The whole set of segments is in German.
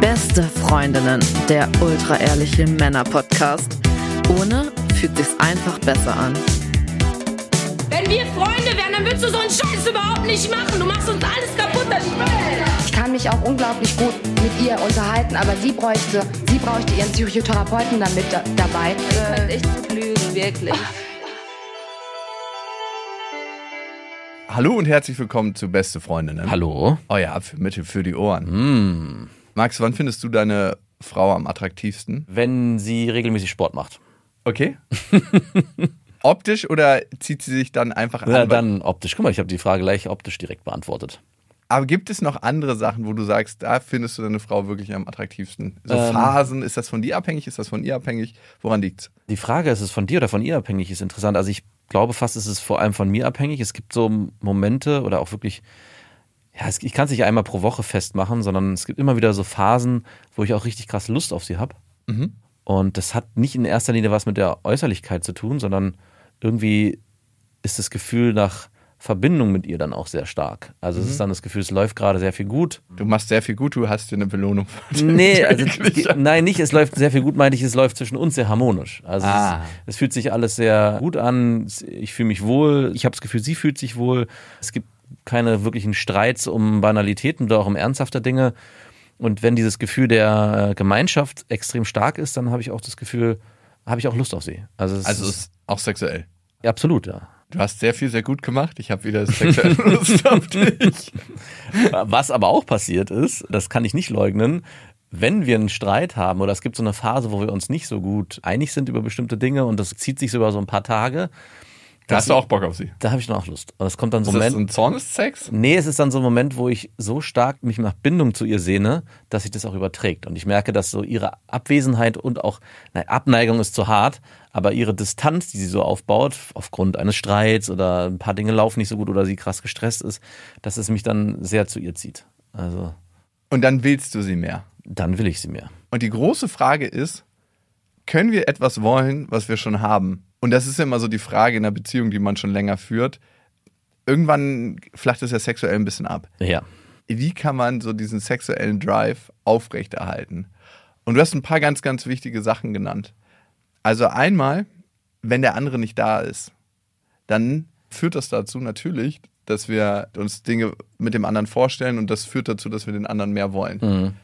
Beste Freundinnen, der ultra-ehrliche Männer-Podcast. Ohne fühlt sich's einfach besser an. Wenn wir Freunde wären, dann würdest du so einen Scheiß überhaupt nicht machen. Du machst uns alles kaputt, das Spiel. Ich kann mich auch unglaublich gut mit ihr unterhalten, aber sie bräuchte, sie bräuchte ihren Psychotherapeuten dann mit da, dabei. Äh, echt gut lügen, wirklich. Hallo und herzlich willkommen zu Beste Freundinnen. Hallo. Hm. Euer Abführmittel für die Ohren. Max, wann findest du deine Frau am attraktivsten? Wenn sie regelmäßig Sport macht. Okay. Optisch oder zieht sie sich dann einfach an? Ja, Weil- dann optisch. Guck mal, ich habe die Frage gleich optisch direkt beantwortet. Aber gibt es noch andere Sachen, wo du sagst, da findest du deine Frau wirklich am attraktivsten? So Ähm. Phasen, ist das von dir abhängig? Ist das von ihr abhängig? Woran liegt's? Die Frage, ist es von dir oder von ihr abhängig, ist interessant. Also ich glaube fast, ist es ist vor allem von mir abhängig. Es gibt so Momente oder auch wirklich, ja, es, ich kann es nicht einmal pro Woche festmachen, sondern es gibt immer wieder so Phasen, wo ich auch richtig krass Lust auf sie habe. Mhm. Und das hat nicht in erster Linie was mit der Äußerlichkeit zu tun, sondern irgendwie ist das Gefühl nach Verbindung mit ihr dann auch sehr stark. Also es ist dann das Gefühl, es läuft gerade sehr viel gut. Du machst sehr viel gut, du hast dir eine Belohnung verdient. Nee, also, Wirklich. nein, nicht. Es läuft sehr viel gut, meinte ich. Es läuft zwischen uns sehr harmonisch. Also Ah. es, es fühlt sich alles sehr gut an. Ich fühle mich wohl. Ich habe das Gefühl, sie fühlt sich wohl. Es gibt keine wirklichen Streits um Banalitäten oder auch um ernsthafte Dinge. Und wenn dieses Gefühl der äh, Gemeinschaft extrem stark ist, dann habe ich auch das Gefühl, habe ich auch Lust auf sie. Also, es Also es ist ist auch sexuell. absolut, ja. Du hast sehr viel, sehr gut gemacht. Ich habe wieder sexuelle Lust auf dich. Was aber auch passiert ist, das kann ich nicht leugnen, wenn wir einen Streit haben oder es gibt so eine Phase, wo wir uns nicht so gut einig sind über bestimmte Dinge und das zieht sich so über so ein paar Tage, Da hast du auch Bock auf sie. da habe ich dann auch Lust. Und es kommt dann so Ist ein das Moment. so ein Zornessex? Nee, es ist dann so ein Moment, wo ich so stark mich nach Bindung zu ihr sehne, dass sich das auch überträgt. Und ich merke, dass so ihre Abwesenheit und auch, nein, Abneigung ist zu hart, aber ihre Distanz, die sie so aufbaut, aufgrund eines Streits oder ein paar Dinge laufen nicht so gut oder sie krass gestresst ist, dass es mich dann sehr zu ihr zieht. Also. Und dann willst du sie mehr. dann will ich sie mir. Und die große Frage ist, können wir etwas wollen, was wir schon haben? Und das ist ja immer so die Frage in einer Beziehung, die man schon länger führt. Irgendwann flacht es ja sexuell ein bisschen ab. Ja. Wie kann man so diesen sexuellen Drive aufrechterhalten? Und du hast ein paar ganz, ganz wichtige Sachen genannt. Also einmal, wenn der andere nicht da ist, dann führt das dazu natürlich, dass wir uns Dinge mit dem anderen vorstellen und das führt dazu, dass wir den anderen mehr wollen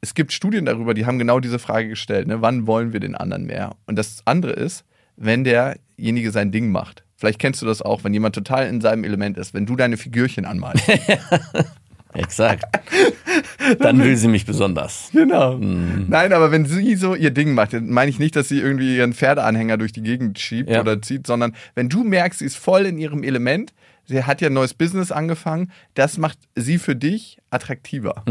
es gibt Studien darüber, die haben genau diese Frage gestellt, ne? wann wollen wir den anderen mehr? Und das andere ist, wenn derjenige sein Ding macht. Vielleicht kennst du das auch, wenn jemand total in seinem Element ist, wenn du deine Figürchen anmalst. Exakt. Dann will sie mich besonders. genau. Nein, aber wenn sie so ihr Ding macht, dann meine ich nicht, dass sie irgendwie ihren Pferdeanhänger durch die Gegend schiebt Ja. oder zieht, sondern wenn du merkst, sie ist voll in ihrem Element, sie hat ja ein neues Business angefangen, das macht sie für dich attraktiver.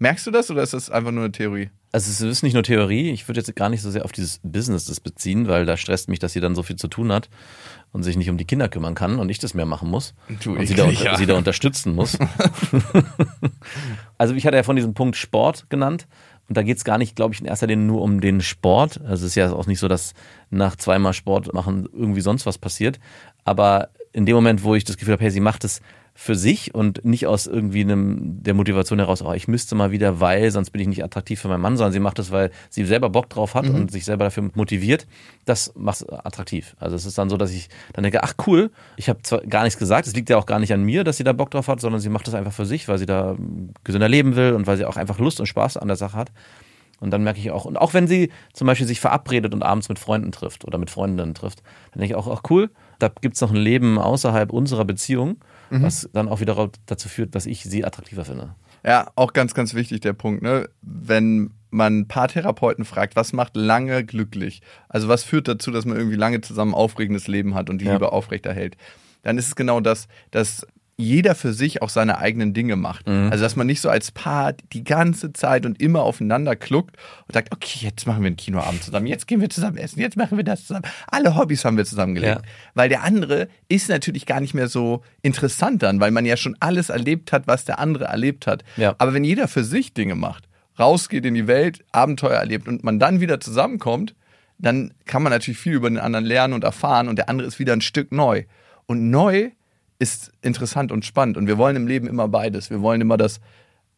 Merkst du das oder ist das einfach nur eine Theorie? Also es ist nicht nur Theorie, ich würde jetzt gar nicht so sehr auf dieses Business das beziehen, weil da stresst mich, dass sie dann so viel zu tun hat und sich nicht um die Kinder kümmern kann und ich das mehr machen muss Du, und ich sie da, nicht, unter- ja. sie da unterstützen muss. also ich hatte ja von diesem Punkt Sport genannt und da geht es gar nicht, glaube ich, in erster Linie nur um den Sport. Also es ist ja auch nicht so, dass nach zweimal Sport machen irgendwie sonst was passiert, aber in dem Moment, wo ich das Gefühl habe, hey, sie macht es für sich und nicht aus irgendwie einem, der Motivation heraus, oh, ich müsste mal wieder, weil sonst bin ich nicht attraktiv für meinen Mann, sondern sie macht es, weil sie selber Bock drauf hat und sich selber dafür motiviert, das macht es attraktiv. Also es ist dann so, dass ich dann denke, ach cool, ich habe zwar gar nichts gesagt, es liegt ja auch gar nicht an mir, dass sie da Bock drauf hat, sondern sie macht es einfach für sich, weil sie da mm, gesünder leben will und weil sie auch einfach Lust und Spaß an der Sache hat. Und dann merke ich auch, und auch wenn sie zum Beispiel sich verabredet und abends mit Freunden trifft oder mit Freundinnen trifft, dann denke ich auch, ach cool, da gibt es noch ein Leben außerhalb unserer Beziehung, was dann auch wieder dazu führt, dass ich sie attraktiver finde. Ja, auch ganz, ganz wichtig der Punkt, ne? Wenn man ein paar Therapeuten fragt, was macht lange glücklich? Also was führt dazu, dass man irgendwie lange zusammen ein aufregendes Leben hat und die Ja. Liebe aufrechterhält? Dann ist es genau das, dass jeder für sich auch seine eigenen Dinge macht. Mhm. Also dass man nicht so als Paar die ganze Zeit und immer aufeinander kluckt und sagt, okay, jetzt machen wir einen Kinoabend zusammen, jetzt gehen wir zusammen essen, jetzt machen wir das zusammen. Alle Hobbys haben wir zusammengelegt. Ja. Weil der andere ist natürlich gar nicht mehr so interessant dann, weil man ja schon alles erlebt hat, was der andere erlebt hat. Ja. Aber wenn jeder für sich Dinge macht, rausgeht in die Welt, Abenteuer erlebt und man dann wieder zusammenkommt, dann kann man natürlich viel über den anderen lernen und erfahren und der andere ist wieder ein Stück neu. Und neu ist interessant und spannend und wir wollen im Leben immer beides. Wir wollen immer das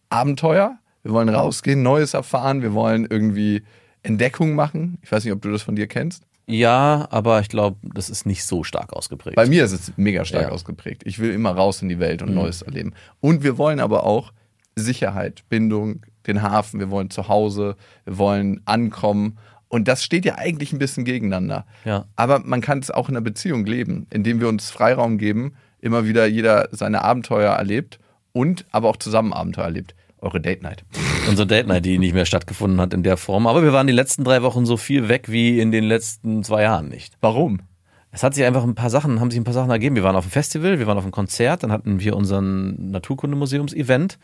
Abenteuer, wir wollen rausgehen, Neues erfahren, wir wollen irgendwie Entdeckung machen. Ich weiß nicht, ob du das von dir kennst. Ja, aber ich glaube, das ist nicht so stark ausgeprägt. Bei mir ist es mega stark Ja. Mhm. ausgeprägt. Ich will immer raus in die Welt und Neues erleben. Und wir wollen aber auch Sicherheit, Bindung, den Hafen, wir wollen zu Hause, wir wollen ankommen. Und das steht ja eigentlich ein bisschen gegeneinander. Ja. Aber man kann es auch in einer Beziehung leben, indem wir uns Freiraum geben, immer wieder jeder seine Abenteuer erlebt und aber auch zusammen Abenteuer erlebt. Eure Date Night. Unsere Date Night, die nicht mehr stattgefunden hat in der Form. Aber wir waren die letzten drei Wochen so viel weg wie in den letzten zwei Jahren nicht. Warum? Es hat sich einfach ein paar Sachen, haben sich ein paar Sachen ergeben. Wir waren auf dem Festival, wir waren auf dem Konzert, dann hatten wir unseren Naturkundemuseums-Event.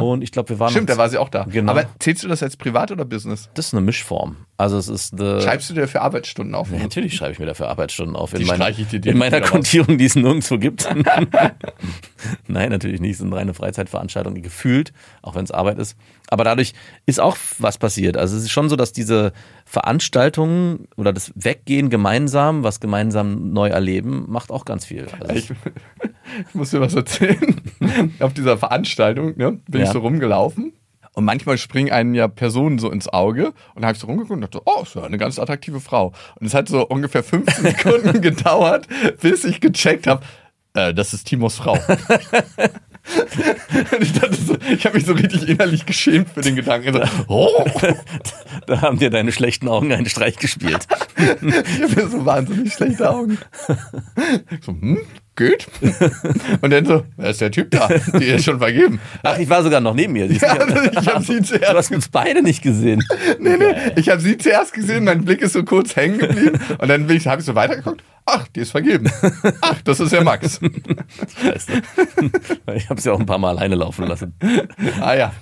Und ich glaube, wir waren. Stimmt, da war sie auch da. Genau. Aber zählst du das als privat oder Business? das ist eine Mischform. Also es ist eine. Schreibst du dir für Arbeitsstunden auf? Ja, Natürlich schreibe ich mir dafür Arbeitsstunden auf. Die in meiner, streiche ich dir direkt in meiner wieder raus. Kontierung, die es nirgendwo gibt. Nein, natürlich nicht. Es sind reine Freizeitveranstaltungen, gefühlt, auch wenn es Arbeit ist. Aber dadurch ist auch was passiert. Also es ist schon so, dass diese Veranstaltungen oder das Weggehen gemeinsam, was gemeinsam neu erleben, macht auch ganz viel. Also Ich, ich muss dir was erzählen. Auf dieser Veranstaltung ne, bin Ja. ich so rumgelaufen. Und manchmal springen einen ja Personen so ins Auge. Und da habe ich so rumgeguckt und dachte, so, oh, ist ja eine ganz attraktive Frau. Und es hat so ungefähr 15 Sekunden gedauert, bis ich gecheckt habe, äh, das ist Timos Frau. und ich dachte so, ich habe mich so richtig innerlich geschämt für den Gedanken. Ich So, oh, da haben dir deine schlechten Augen einen Streich gespielt. ich habe so wahnsinnig schlechte Augen. Ich So, hm, geht. Und dann so, wer ist der Typ da? Die ist schon vergeben. Ach, ich war sogar noch neben mir. siehst du? Ja, also ich habe sie Du zuerst. hast uns beide nicht gesehen. Nee, nee, ich habe sie zuerst gesehen, mein Blick ist so kurz hängen geblieben und dann bin ich, habe ich so weitergeguckt. Ach, die ist vergeben. Ach, das ist ja Max. Scheiße. Ich habe es ja auch ein paar Mal alleine laufen lassen. Ah ja,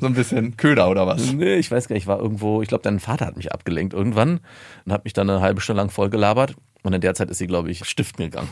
so ein bisschen Köder oder was? Nee, ich weiß gar nicht, ich war irgendwo, ich glaube, dein Vater hat mich abgelenkt irgendwann und hat mich dann eine halbe Stunde lang vollgelabert. Und in der Zeit ist sie, glaube ich, stiften gegangen.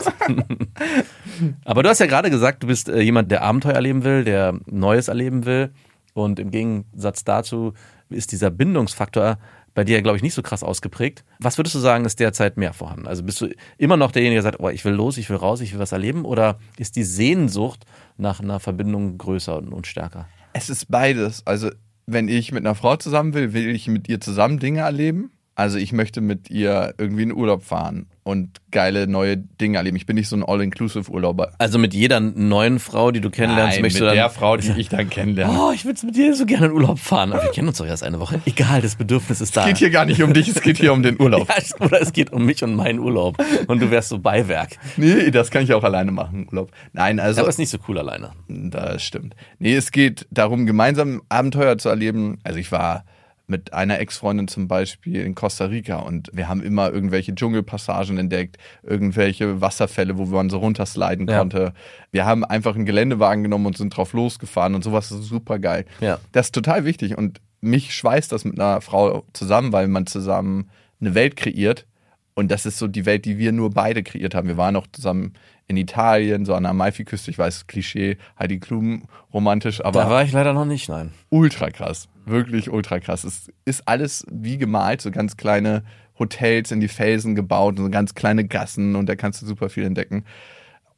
Aber du hast ja gerade gesagt, du bist äh, jemand, der Abenteuer erleben will, der Neues erleben will. Und im Gegensatz dazu ist dieser Bindungsfaktor bei dir, glaube ich, nicht so krass ausgeprägt. Was würdest du sagen, ist derzeit mehr vorhanden? Also bist du immer noch derjenige, der sagt, oh, ich will los, ich will raus, ich will was erleben? Oder ist die Sehnsucht nach einer Verbindung größer und, und stärker? Es ist beides. Also, wenn ich mit einer Frau zusammen will, will ich mit ihr zusammen Dinge erleben. Also, ich möchte mit ihr irgendwie in Urlaub fahren und geile neue Dinge erleben. Ich bin nicht so ein All-Inclusive-Urlauber. Also mit jeder neuen Frau, die du kennenlernst, Nein, möchtest mit du der dann. Frau, die ich dann kennenlerne. Oh, ich würde mit dir so gerne in Urlaub fahren. Aber wir kennen uns doch erst eine Woche. Egal, das Bedürfnis ist da. Es geht hier gar nicht um dich, es geht hier um den Urlaub. ja, es- oder es geht um mich und meinen Urlaub. Und du wärst so Beiwerk. Nee, das kann ich auch alleine machen, Urlaub. Nein, also. Aber ist nicht so cool alleine. Das stimmt. Nee, es geht darum, gemeinsam Abenteuer zu erleben. Also ich war mit einer Ex-Freundin zum Beispiel in Costa Rica und wir haben immer irgendwelche Dschungelpassagen entdeckt, irgendwelche Wasserfälle, wo man so runtersliden Ja. konnte. Wir haben einfach einen Geländewagen genommen und sind drauf losgefahren und sowas ist super geil. Ja. Das ist total wichtig und mich schweißt das mit einer Frau zusammen, weil man zusammen eine Welt kreiert und das ist so die Welt, die wir nur beide kreiert haben. Wir waren auch zusammen in Italien, so an der Amalfi-Küste, ich weiß, Klischee, Heidi Klum, romantisch, aber Da war ich leider noch nicht, nein. ultra krass. Wirklich ultra krass. Es ist alles wie gemalt, so ganz kleine Hotels in die Felsen gebaut und so ganz kleine Gassen und da kannst du super viel entdecken.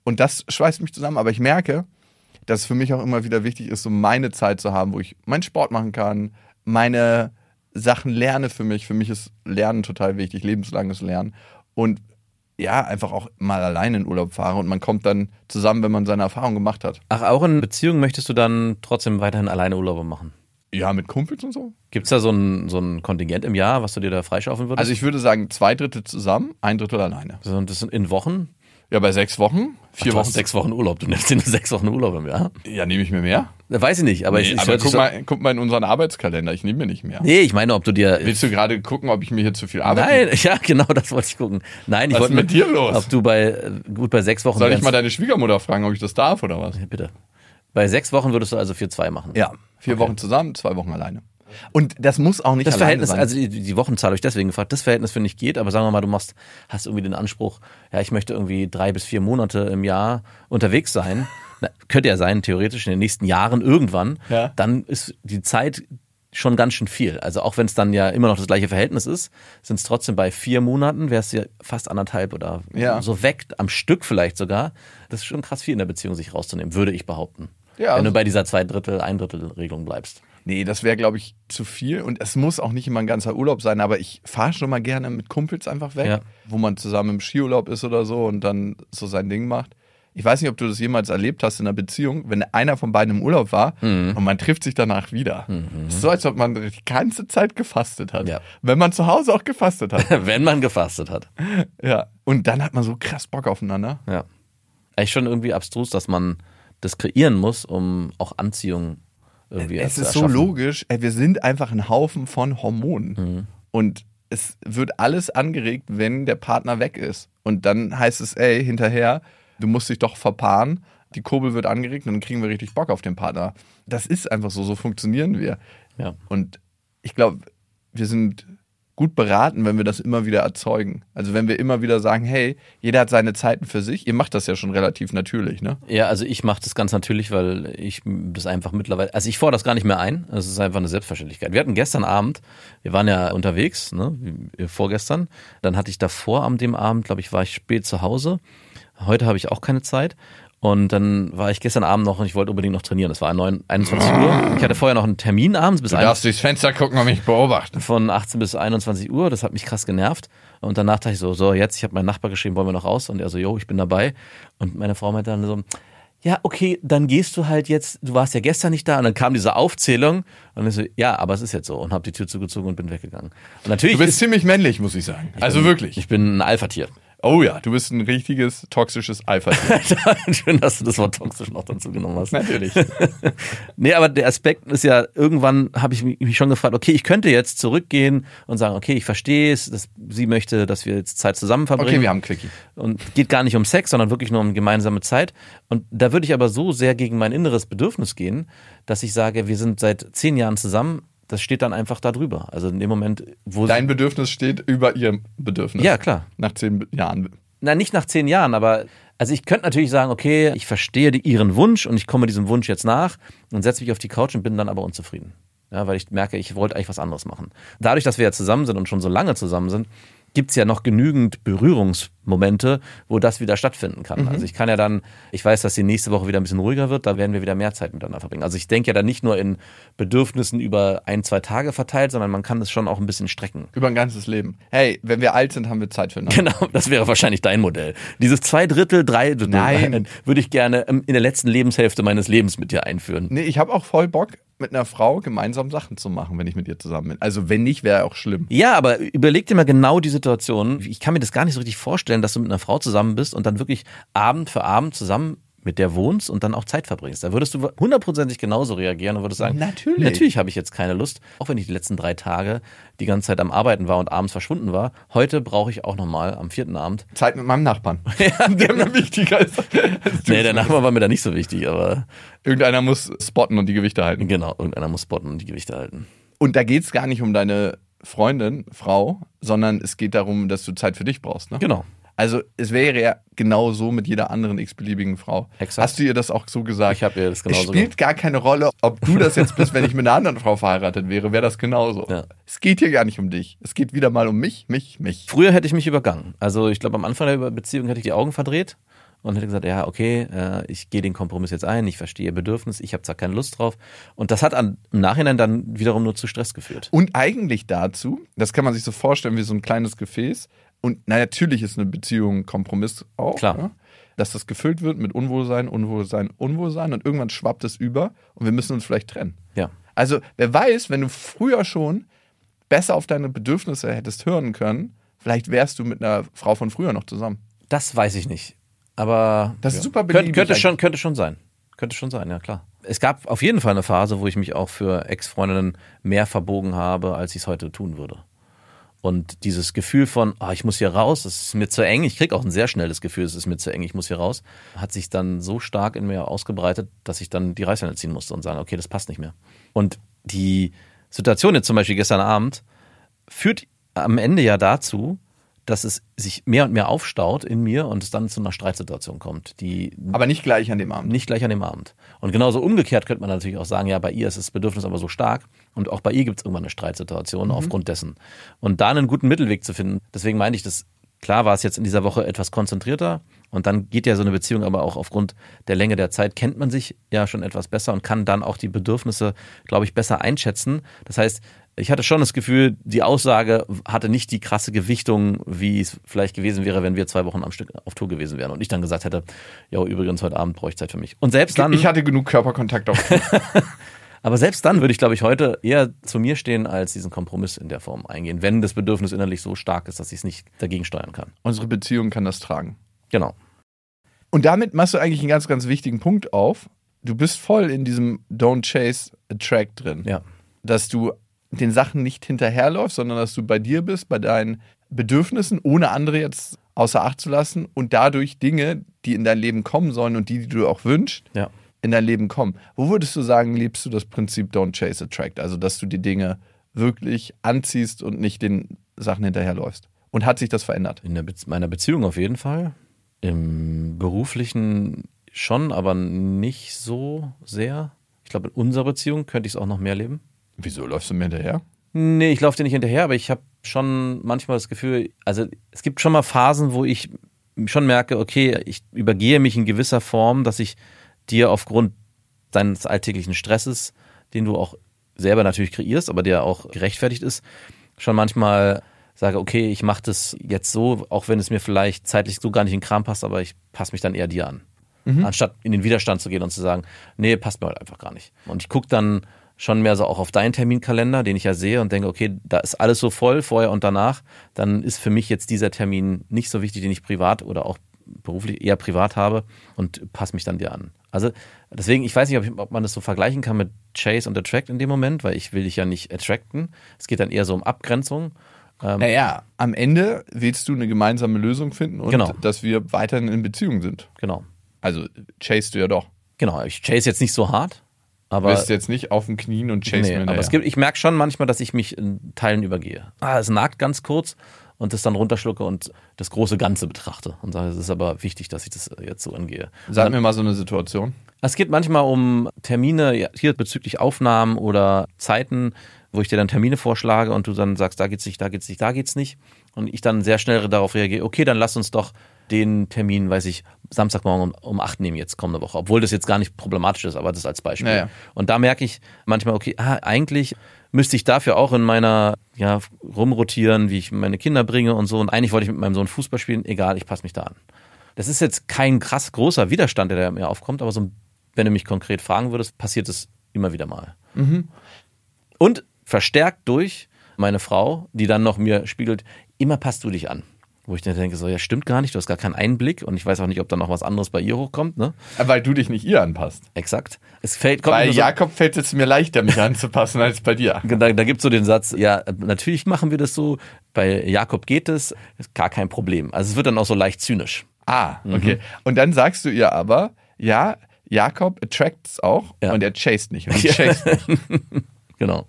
Und das schweißt mich zusammen, aber ich merke, dass es für mich auch immer wieder wichtig ist, so meine Zeit zu haben, wo ich meinen Sport machen kann, meine Sachen lerne für mich. Für mich ist Lernen total wichtig, lebenslanges Lernen. Und ja, einfach auch mal alleine in Urlaub fahre und man kommt dann zusammen, wenn man seine Erfahrung gemacht hat. Ach, auch in Beziehung möchtest du dann trotzdem weiterhin alleine Urlaube machen? Ja, mit Kumpels und so. Gibt es da so ein, so ein Kontingent im Jahr, was du dir da freischaufeln würdest? Also ich würde sagen, zwei Drittel zusammen, ein Drittel alleine. So, und das sind in Wochen? Ja, bei sechs Wochen, vier du Wochen, hast sechs Wochen Urlaub. Du nimmst dir nur sechs Wochen Urlaub im Jahr? Ja, nehme ich mir mehr. Weiß ich nicht, aber nee, ich, ich aber hört guck sich so- mal, guck mal in unseren Arbeitskalender, ich nehme mir nicht mehr. Nee, ich meine, ob du dir Willst du gerade gucken, ob ich mir hier zu viel arbeite? Nein, ja, genau, das wollte ich gucken. Nein, ich Was wollte ist mit mir- dir los? Ob du bei äh, gut bei sechs Wochen Soll ich mal wärst- deine Schwiegermutter fragen, ob ich das darf oder was? bitte. Bei sechs Wochen würdest du also für zwei machen. Ja, vier Wochen zusammen, zwei Wochen alleine. Und das muss auch nicht Das alleine Verhältnis, sein. also die, die Wochenzahl habe ich deswegen gefragt, das Verhältnis finde ich geht, aber sagen wir mal, du machst, hast irgendwie den Anspruch, ja, ich möchte irgendwie drei bis vier Monate im Jahr unterwegs sein. Na, könnte ja sein, theoretisch in den nächsten Jahren irgendwann. Ja. Dann ist die Zeit schon ganz schön viel. Also auch wenn es dann ja immer noch das gleiche Verhältnis ist, sind es trotzdem bei vier Monaten, wärst du ja fast anderthalb oder Ja. so weg, am Stück vielleicht sogar. Das ist schon krass viel in der Beziehung, sich rauszunehmen, würde ich behaupten. Ja, wenn du also- bei dieser Zwei-Drittel-, Ein-Drittel-Regelung bleibst. Nee, das wäre, glaube ich, zu viel. Und es muss auch nicht immer ein ganzer Urlaub sein, aber ich fahre schon mal gerne mit Kumpels einfach weg, Ja. wo man zusammen im Skiurlaub ist oder so und dann so sein Ding macht. Ich weiß nicht, ob du das jemals erlebt hast in einer Beziehung, wenn einer von beiden im Urlaub war Mhm. und man trifft sich danach wieder. Das ist so, als ob man die ganze Zeit gefastet hat. Ja. Wenn man zu Hause auch gefastet hat. Wenn man gefastet hat. ja. Und dann hat man so krass Bock aufeinander. Ja. Echt schon irgendwie abstrus, dass man das kreieren muss, um auch Anziehung irgendwie Es zu ist so erschaffen. logisch, ey, wir sind einfach ein Haufen von Hormonen. Und es wird alles angeregt, wenn der Partner weg ist. Und dann heißt es, ey, hinterher, du musst dich doch verpaaren. Die Kurbel wird angeregt und dann kriegen wir richtig Bock auf den Partner. Das ist einfach so, so funktionieren wir. Ja. Und ich glaube, wir sind gut beraten, wenn wir das immer wieder erzeugen. Also wenn wir immer wieder sagen, hey, jeder hat seine Zeiten für sich. Ihr macht das ja schon relativ natürlich, ne? Ja, also ich mache das ganz natürlich, weil ich das einfach mittlerweile, also ich fordere das gar nicht mehr ein, es ist einfach eine Selbstverständlichkeit. Wir hatten gestern Abend, wir waren ja unterwegs, ne, wie- vorgestern, dann hatte ich davor am dem Abend, glaube ich, war ich spät zu Hause, heute habe ich auch keine Zeit und dann war ich gestern Abend noch und ich wollte unbedingt noch trainieren, das war 9, 21 Uhr, ich hatte vorher noch einen Termin abends bis Du 1 darfst durchs Fenster gucken und mich beobachten. von 18 bis 21 Uhr. Das hat mich krass genervt. Und danach dachte ich so, so jetzt, ich habe meinen Nachbar geschrieben, wollen wir noch raus? Und er so, yo, ich bin dabei. Und meine Frau meinte dann so, ja, okay, dann gehst du halt jetzt, du warst ja gestern nicht da. Und dann kam diese Aufzählung und ich so, ja, aber es ist jetzt so. Und habe die Tür zugezogen und bin weggegangen. Und natürlich, Du bist ist- ziemlich männlich, muss ich sagen. also wirklich. ich bin ein Alpha-Tier. Oh ja, du bist ein richtiges toxisches Alpha. Schön, dass du das Wort toxisch noch dazu genommen hast. Natürlich. Nee, aber der Aspekt ist ja, irgendwann habe ich mich schon gefragt, okay, ich könnte jetzt zurückgehen und sagen, okay, ich verstehe es, dass sie möchte, dass wir jetzt Zeit zusammen verbringen. Okay, wir haben einen Quickie. und geht gar nicht um Sex, sondern wirklich nur um gemeinsame Zeit. Und da würde ich aber so sehr gegen mein inneres Bedürfnis gehen, dass ich sage, wir sind seit zehn Jahren zusammen. Das steht dann einfach da drüber. Also in dem Moment, wo Dein Bedürfnis steht über ihrem Bedürfnis. Ja, klar. Nach zehn Be- Jahren. na nicht nach zehn Jahren, aber also ich könnte natürlich sagen, okay, ich verstehe die, ihren Wunsch und ich komme diesem Wunsch jetzt nach und setze mich auf die Couch und bin dann aber unzufrieden. Ja, weil ich merke, ich wollte eigentlich was anderes machen. Dadurch, dass wir ja zusammen sind und schon so lange zusammen sind, gibt's ja noch genügend Berührungsmomente, wo das wieder stattfinden kann. Also ich kann ja dann, ich weiß, dass die nächste Woche wieder ein bisschen ruhiger wird, da werden wir wieder mehr Zeit miteinander verbringen. Also ich denke ja dann nicht nur in Bedürfnissen über ein, zwei Tage verteilt, sondern man kann es schon auch ein bisschen strecken. Über ein ganzes Leben. Hey, wenn wir alt sind, haben wir Zeit füreinander. Genau, das wäre wahrscheinlich dein Modell. Dieses zwei Drittel, drei Drittel Nein. würde ich gerne ähm, in der letzten Lebenshälfte meines Lebens mit dir einführen. Nee, ich habe auch voll Bock, mit einer Frau gemeinsam Sachen zu machen, wenn ich mit ihr zusammen bin. Also wenn nicht, wäre auch schlimm. Ja, aber überleg dir mal genau die Situation. Ich kann mir das gar nicht so richtig vorstellen, dass du mit einer Frau zusammen bist und dann wirklich Abend für Abend zusammen mit der wohnst und dann auch Zeit verbringst. Da würdest du hundertprozentig genauso reagieren und würdest sagen, Natürlich. natürlich habe ich jetzt keine Lust, auch wenn ich die letzten drei Tage die ganze Zeit am Arbeiten war und abends verschwunden war. Heute brauche ich auch nochmal am vierten Abend. Zeit mit meinem Nachbarn. Ja, Der mir wichtiger ist. als du. nee, der Nachbar war mir da nicht so wichtig, aber Irgendeiner muss spotten und die Gewichte halten. Genau, irgendeiner muss spotten und die Gewichte halten. Und da geht es gar nicht um deine Freundin, Frau, sondern es geht darum, dass du Zeit für dich brauchst. Ne? Genau. Also es wäre ja genau so mit jeder anderen x-beliebigen Frau. Exakt. Hast du ihr das auch so gesagt? Ich hab ihr das Es genauso spielt gar keine Rolle, ob du das jetzt bist, wenn ich mit einer anderen Frau verheiratet wäre, wäre das genauso. Ja. Es geht hier gar nicht um dich. Es geht wieder mal um mich, mich, mich. Früher hätte ich mich übergangen. Also ich glaube, am Anfang der Über- Beziehung hätte ich die Augen verdreht und hätte gesagt, ja, okay, äh, ich gehe den Kompromiss jetzt ein, ich verstehe ihr Bedürfnis, ich habe zwar keine Lust drauf. Und das hat an, im Nachhinein dann wiederum nur zu Stress geführt. Und eigentlich dazu, das kann man sich so vorstellen wie so ein kleines Gefäß. Und na, natürlich ist eine Beziehung ein Kompromiss auch. Klar. Ne? Dass das gefüllt wird mit Unwohlsein, Unwohlsein, Unwohlsein und irgendwann schwappt es über und wir müssen uns vielleicht trennen. Ja. Also wer weiß, wenn du früher schon besser auf deine Bedürfnisse hättest hören können, vielleicht wärst du mit einer Frau von früher noch zusammen. Das weiß ich nicht. Aber Das ist ja. super könnte, beliebig könnte, eigentlich. schon, könnte schon sein. Könnte schon sein, ja klar. Es gab auf jeden Fall eine Phase, wo ich mich auch für Ex-Freundinnen mehr verbogen habe, als ich es heute tun würde. Und dieses Gefühl von, ah, ich muss hier raus, es ist mir zu eng, ich krieg auch ein sehr schnelles Gefühl, es ist mir zu eng, ich muss hier raus, hat sich dann so stark in mir ausgebreitet, dass ich dann die Reißleine ziehen musste und sagen, okay, das passt nicht mehr. Und die Situation jetzt zum Beispiel gestern Abend führt am Ende ja dazu, dass es sich mehr und mehr aufstaut in mir und es dann zu einer Streitsituation kommt, die Aber nicht gleich an dem Abend. nicht gleich an dem Abend. Und genauso umgekehrt könnte man natürlich auch sagen, ja, bei ihr ist das Bedürfnis aber so stark und auch bei ihr gibt es irgendwann eine Streitsituation aufgrund dessen. Und da einen guten Mittelweg zu finden, deswegen meinte ich, das klar war es jetzt in dieser Woche etwas konzentrierter, Und dann geht ja so eine Beziehung aber auch aufgrund der Länge der Zeit, kennt man sich ja schon etwas besser und kann dann auch die Bedürfnisse, glaube ich, besser einschätzen. Das heißt, ich hatte schon das Gefühl, die Aussage hatte nicht die krasse Gewichtung, wie es vielleicht gewesen wäre, wenn wir zwei Wochen am Stück auf Tour gewesen wären und ich dann gesagt hätte, ja, übrigens, heute Abend brauche ich Zeit für mich. Und selbst dann. Ich hatte genug Körperkontakt auf Aber selbst dann würde ich, glaube ich, heute eher zu mir stehen, als diesen Kompromiss in der Form eingehen, wenn das Bedürfnis innerlich so stark ist, dass ich es nicht dagegen steuern kann. Unsere Beziehung kann das tragen. Genau. Und damit machst du eigentlich einen ganz, ganz wichtigen Punkt auf. Du bist voll in diesem Don't Chase Attract drin. Ja. Dass du den Sachen nicht hinterherläufst, sondern dass du bei dir bist, bei deinen Bedürfnissen, ohne andere jetzt außer Acht zu lassen und dadurch Dinge, die in dein Leben kommen sollen und die, die du auch wünschst, Ja. in dein Leben kommen. Wo würdest du sagen, lebst du das Prinzip Don't Chase Attract? Also, dass du die Dinge wirklich anziehst und nicht den Sachen hinterherläufst. Und hat sich das verändert? In der Be meiner Beziehung auf jeden Fall. Im beruflichen schon, aber nicht so sehr. Ich glaube, in unserer Beziehung könnte ich es auch noch mehr leben. Wieso läufst du mir hinterher? Nee, ich laufe dir nicht hinterher, aber ich habe schon manchmal das Gefühl, also es gibt schon mal Phasen, wo ich schon merke, okay, ich übergehe mich in gewisser Form, dass ich dir aufgrund deines alltäglichen Stresses, den du auch selber natürlich kreierst, aber der auch gerechtfertigt ist, schon manchmal sage, okay, ich mache das jetzt so, auch wenn es mir vielleicht zeitlich so gar nicht in den Kram passt, aber ich passe mich dann eher dir an. Anstatt in den Widerstand zu gehen und zu sagen, nee, passt mir halt einfach gar nicht. Und ich gucke dann schon mehr so auch auf deinen Terminkalender, den ich ja sehe und denke, okay, da ist alles so voll, vorher und danach, dann ist für mich jetzt dieser Termin nicht so wichtig, den ich privat oder auch beruflich eher privat habe und passe mich dann dir an. Also deswegen, ich weiß nicht, ob, ich, ob man das so vergleichen kann mit Chase und Attract in dem Moment, weil ich will dich ja nicht attracten. Es geht dann eher so um Abgrenzung. Naja, am Ende willst du eine gemeinsame Lösung finden und Genau. dass wir weiterhin in Beziehung sind. Genau. Also, chase du ja doch. Genau, ich chase jetzt nicht so hart, Du aber, bist jetzt nicht auf den Knien und chase nee, mir aber hinterher. es gibt, ich merke schon manchmal, dass ich mich in Teilen übergehe. Ah, es nagt ganz kurz und das dann runterschlucke und das große Ganze betrachte und sage, es ist aber wichtig, dass ich das jetzt so angehe. Sag mir mal so eine Situation. Es geht manchmal um Termine, ja, hier bezüglich Aufnahmen oder Zeiten, wo ich dir dann Termine vorschlage und du dann sagst, da geht's nicht, da geht's nicht, da geht's nicht. Und ich dann sehr schnell darauf reagiere, okay, dann lass uns doch den Termin, weiß ich, Samstagmorgen um, um 8 nehmen jetzt kommende Woche, obwohl das jetzt gar nicht problematisch ist, aber das als Beispiel. Naja. Und da merke ich manchmal, okay, ah, eigentlich müsste ich dafür auch in meiner, ja, rumrotieren, wie ich meine Kinder bringe und so. Und eigentlich wollte ich mit meinem Sohn Fußball spielen, egal, ich passe mich da an. Das ist jetzt kein krass großer Widerstand, der da in mir aufkommt, aber so, ein- wenn du mich konkret fragen würdest, passiert es immer wieder mal. Und verstärkt durch meine Frau, die dann noch mir spiegelt, immer passt du dich an. Wo ich dann denke, so, ja, stimmt gar nicht, du hast gar keinen Einblick und ich weiß auch nicht, ob da noch was anderes bei ihr hochkommt, ne? Äh, Weil du dich nicht ihr anpasst. Exakt. Es fällt, kommt Bei mir so, Jakob fällt es mir leichter, mich anzupassen als bei dir. da, da gibt's so den Satz, ja, natürlich machen wir das so, bei Jakob geht es, ist gar kein Problem. Also es wird dann auch so leicht zynisch. Ah, okay. Und dann sagst du ihr aber, ja, Jakob attracts auch Ja. und er chased nicht. Und chased nicht. Genau.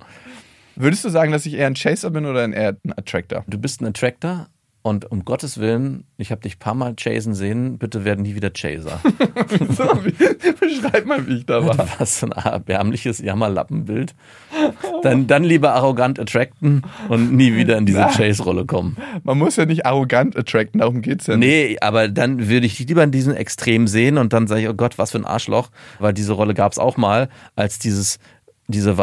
Würdest du sagen, dass ich eher ein Chaser bin oder ein eher ein Attractor? du bist ein Attractor und um Gottes Willen, ich habe dich ein paar Mal chasen sehen, bitte werden nie wieder Chaser. So, wie- Beschreib mal, wie ich da war. Was für ein erbärmliches Jammerlappenbild. Dann, dann lieber arrogant attracten und nie wieder in diese Chase-Rolle kommen. Man muss ja nicht arrogant attracten, darum geht's ja nicht. Nee, aber dann würde ich dich lieber in diesem Extrem sehen und dann sage ich, oh Gott, was für ein Arschloch, weil diese Rolle gab es auch mal, als dieses, diese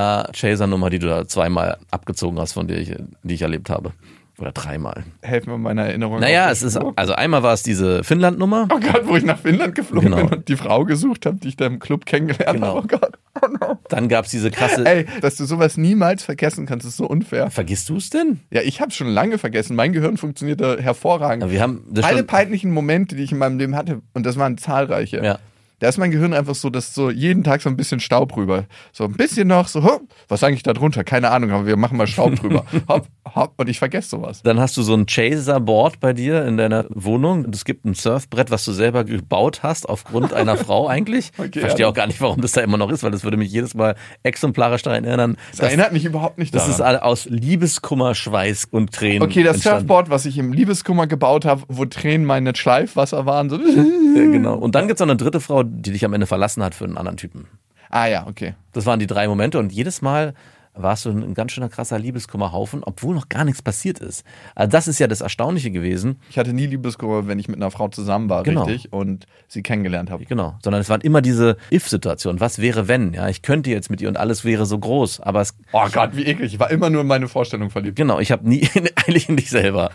Weicheier-Chaser-Nummer, die du da zweimal abgezogen hast, von der ich, die ich erlebt habe. Oder dreimal. Helf mir meiner Erinnerung. Naja, auf die es ist, Spur. also einmal war es diese Finnland-Nummer. Oh Gott, wo ich nach Finnland geflogen Genau. bin und die Frau gesucht habe, die ich da im Club kennengelernt Genau. habe. Oh Gott. Oh no. Dann gab es diese krasse. Ey, dass du sowas niemals vergessen kannst, ist so unfair. Vergisst du es denn? Ja, ich habe schon lange vergessen. Mein Gehirn funktioniert da hervorragend. Aber wir haben das Alle schon- peinlichen Momente, die ich in meinem Leben hatte, und das waren zahlreiche. Ja. Da ist mein Gehirn einfach so, dass so jeden Tag so ein bisschen Staub rüber. So ein bisschen noch, so, hopp, was eigentlich da drunter? Keine Ahnung, aber wir machen mal Staub drüber. hopp, hopp, und ich vergesse sowas. Dann hast du so ein Chaser-Board bei dir in deiner Wohnung. Und Es gibt ein Surfbrett, was du selber gebaut hast, aufgrund einer Frau eigentlich. Okay, ich verstehe ja. auch gar nicht, warum das da immer noch ist, weil das würde mich jedes Mal exemplarisch daran erinnern. Das, dass- erinnert mich überhaupt nicht das daran. ist all- aus Liebeskummer, Schweiß und Tränen. okay, das entstanden. Surfboard, was ich im Liebeskummer gebaut habe, wo Tränen meine Schleifwasser waren. So. Ja, Genau. Und dann gibt es noch eine dritte Frau, die dich am Ende verlassen hat für einen anderen Typen. ah ja, okay. Das waren die drei Momente und jedes Mal warst du ein ganz schöner krasser Liebeskummerhaufen, obwohl noch gar nichts passiert ist. Also das ist ja das Erstaunliche gewesen. Ich hatte nie Liebeskummer, wenn ich mit einer Frau zusammen war, Genau. richtig? Und sie kennengelernt habe. Genau, sondern es waren immer diese If-Situationen. Was wäre, wenn? Ja, ich könnte jetzt mit ihr und alles wäre so groß, aber es, Oh Gott, wie eklig. Ich war immer nur in meine Vorstellung verliebt. genau, ich habe nie eigentlich in dich selber.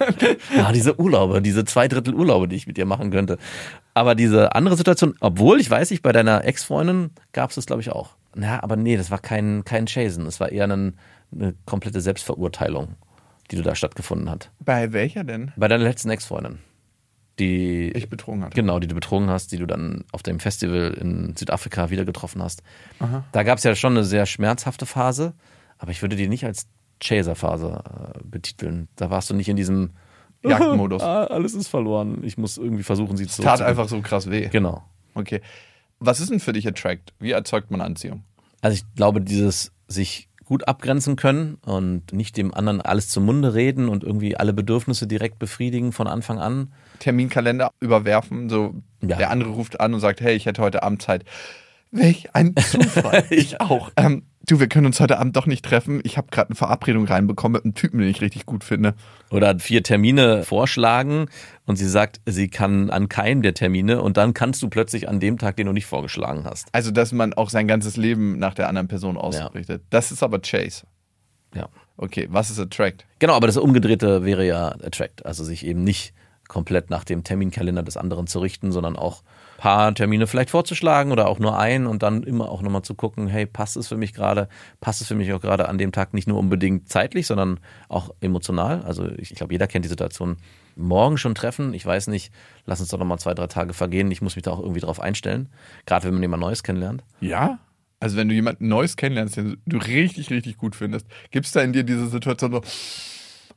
Ja, diese Urlaube, diese zwei Drittel Urlaube, die ich mit dir machen könnte. Aber diese andere Situation, obwohl ich weiß nicht, bei deiner Ex-Freundin gab es das, glaube ich, auch. Na, aber nee, das war kein, kein Chasen, das war eher ein, eine komplette Selbstverurteilung, die du da stattgefunden hat. Bei welcher denn? Bei deiner letzten Ex-Freundin, die Ich betrogen hatte. Genau, die du betrogen hast, die du dann auf dem Festival in Südafrika wieder getroffen hast. Da gab es ja schon eine sehr schmerzhafte Phase, aber ich würde die nicht als Chaser-Phase äh, betiteln. Da warst du nicht in diesem Jagdmodus. Ah, alles ist verloren. Ich muss irgendwie versuchen, sie zu. Tat einfach so krass weh. Genau. Okay. Was ist denn für dich Attract? Wie erzeugt man Anziehung? Also ich glaube, dieses sich gut abgrenzen können und nicht dem anderen alles zum Munde reden und irgendwie alle Bedürfnisse direkt befriedigen von Anfang an. Terminkalender überwerfen, so Ja. der andere ruft an und sagt, hey, ich hätte heute Abend Zeit. Welch ein Zufall. ich auch. Ähm, du, wir können uns heute Abend doch nicht treffen. Ich habe gerade eine Verabredung reinbekommen mit einem Typen, den ich richtig gut finde. oder vier Termine vorschlagen und sie sagt, sie kann an keinem der Termine und dann kannst du plötzlich an dem Tag, den du nicht vorgeschlagen hast. Also, dass man auch sein ganzes Leben nach der anderen Person ausrichtet. Das ist aber Chase. Ja. Okay, was ist Attract? Genau, aber das Umgedrehte wäre ja Attract, also sich eben nicht komplett nach dem Terminkalender des anderen zu richten, sondern auch ein paar Termine vielleicht vorzuschlagen oder auch nur einen und dann immer auch nochmal zu gucken, hey, passt es für mich gerade, passt es für mich auch gerade an dem Tag nicht nur unbedingt zeitlich, sondern auch emotional. Also ich, ich glaube, jeder kennt die Situation, morgen schon treffen, ich weiß nicht, lass uns doch nochmal zwei, drei Tage vergehen, ich muss mich da auch irgendwie drauf einstellen, gerade wenn man jemand Neues kennenlernt. Ja? Also, wenn du jemanden Neues kennenlernst, den du richtig, richtig gut findest, gibt es da in dir diese Situation so,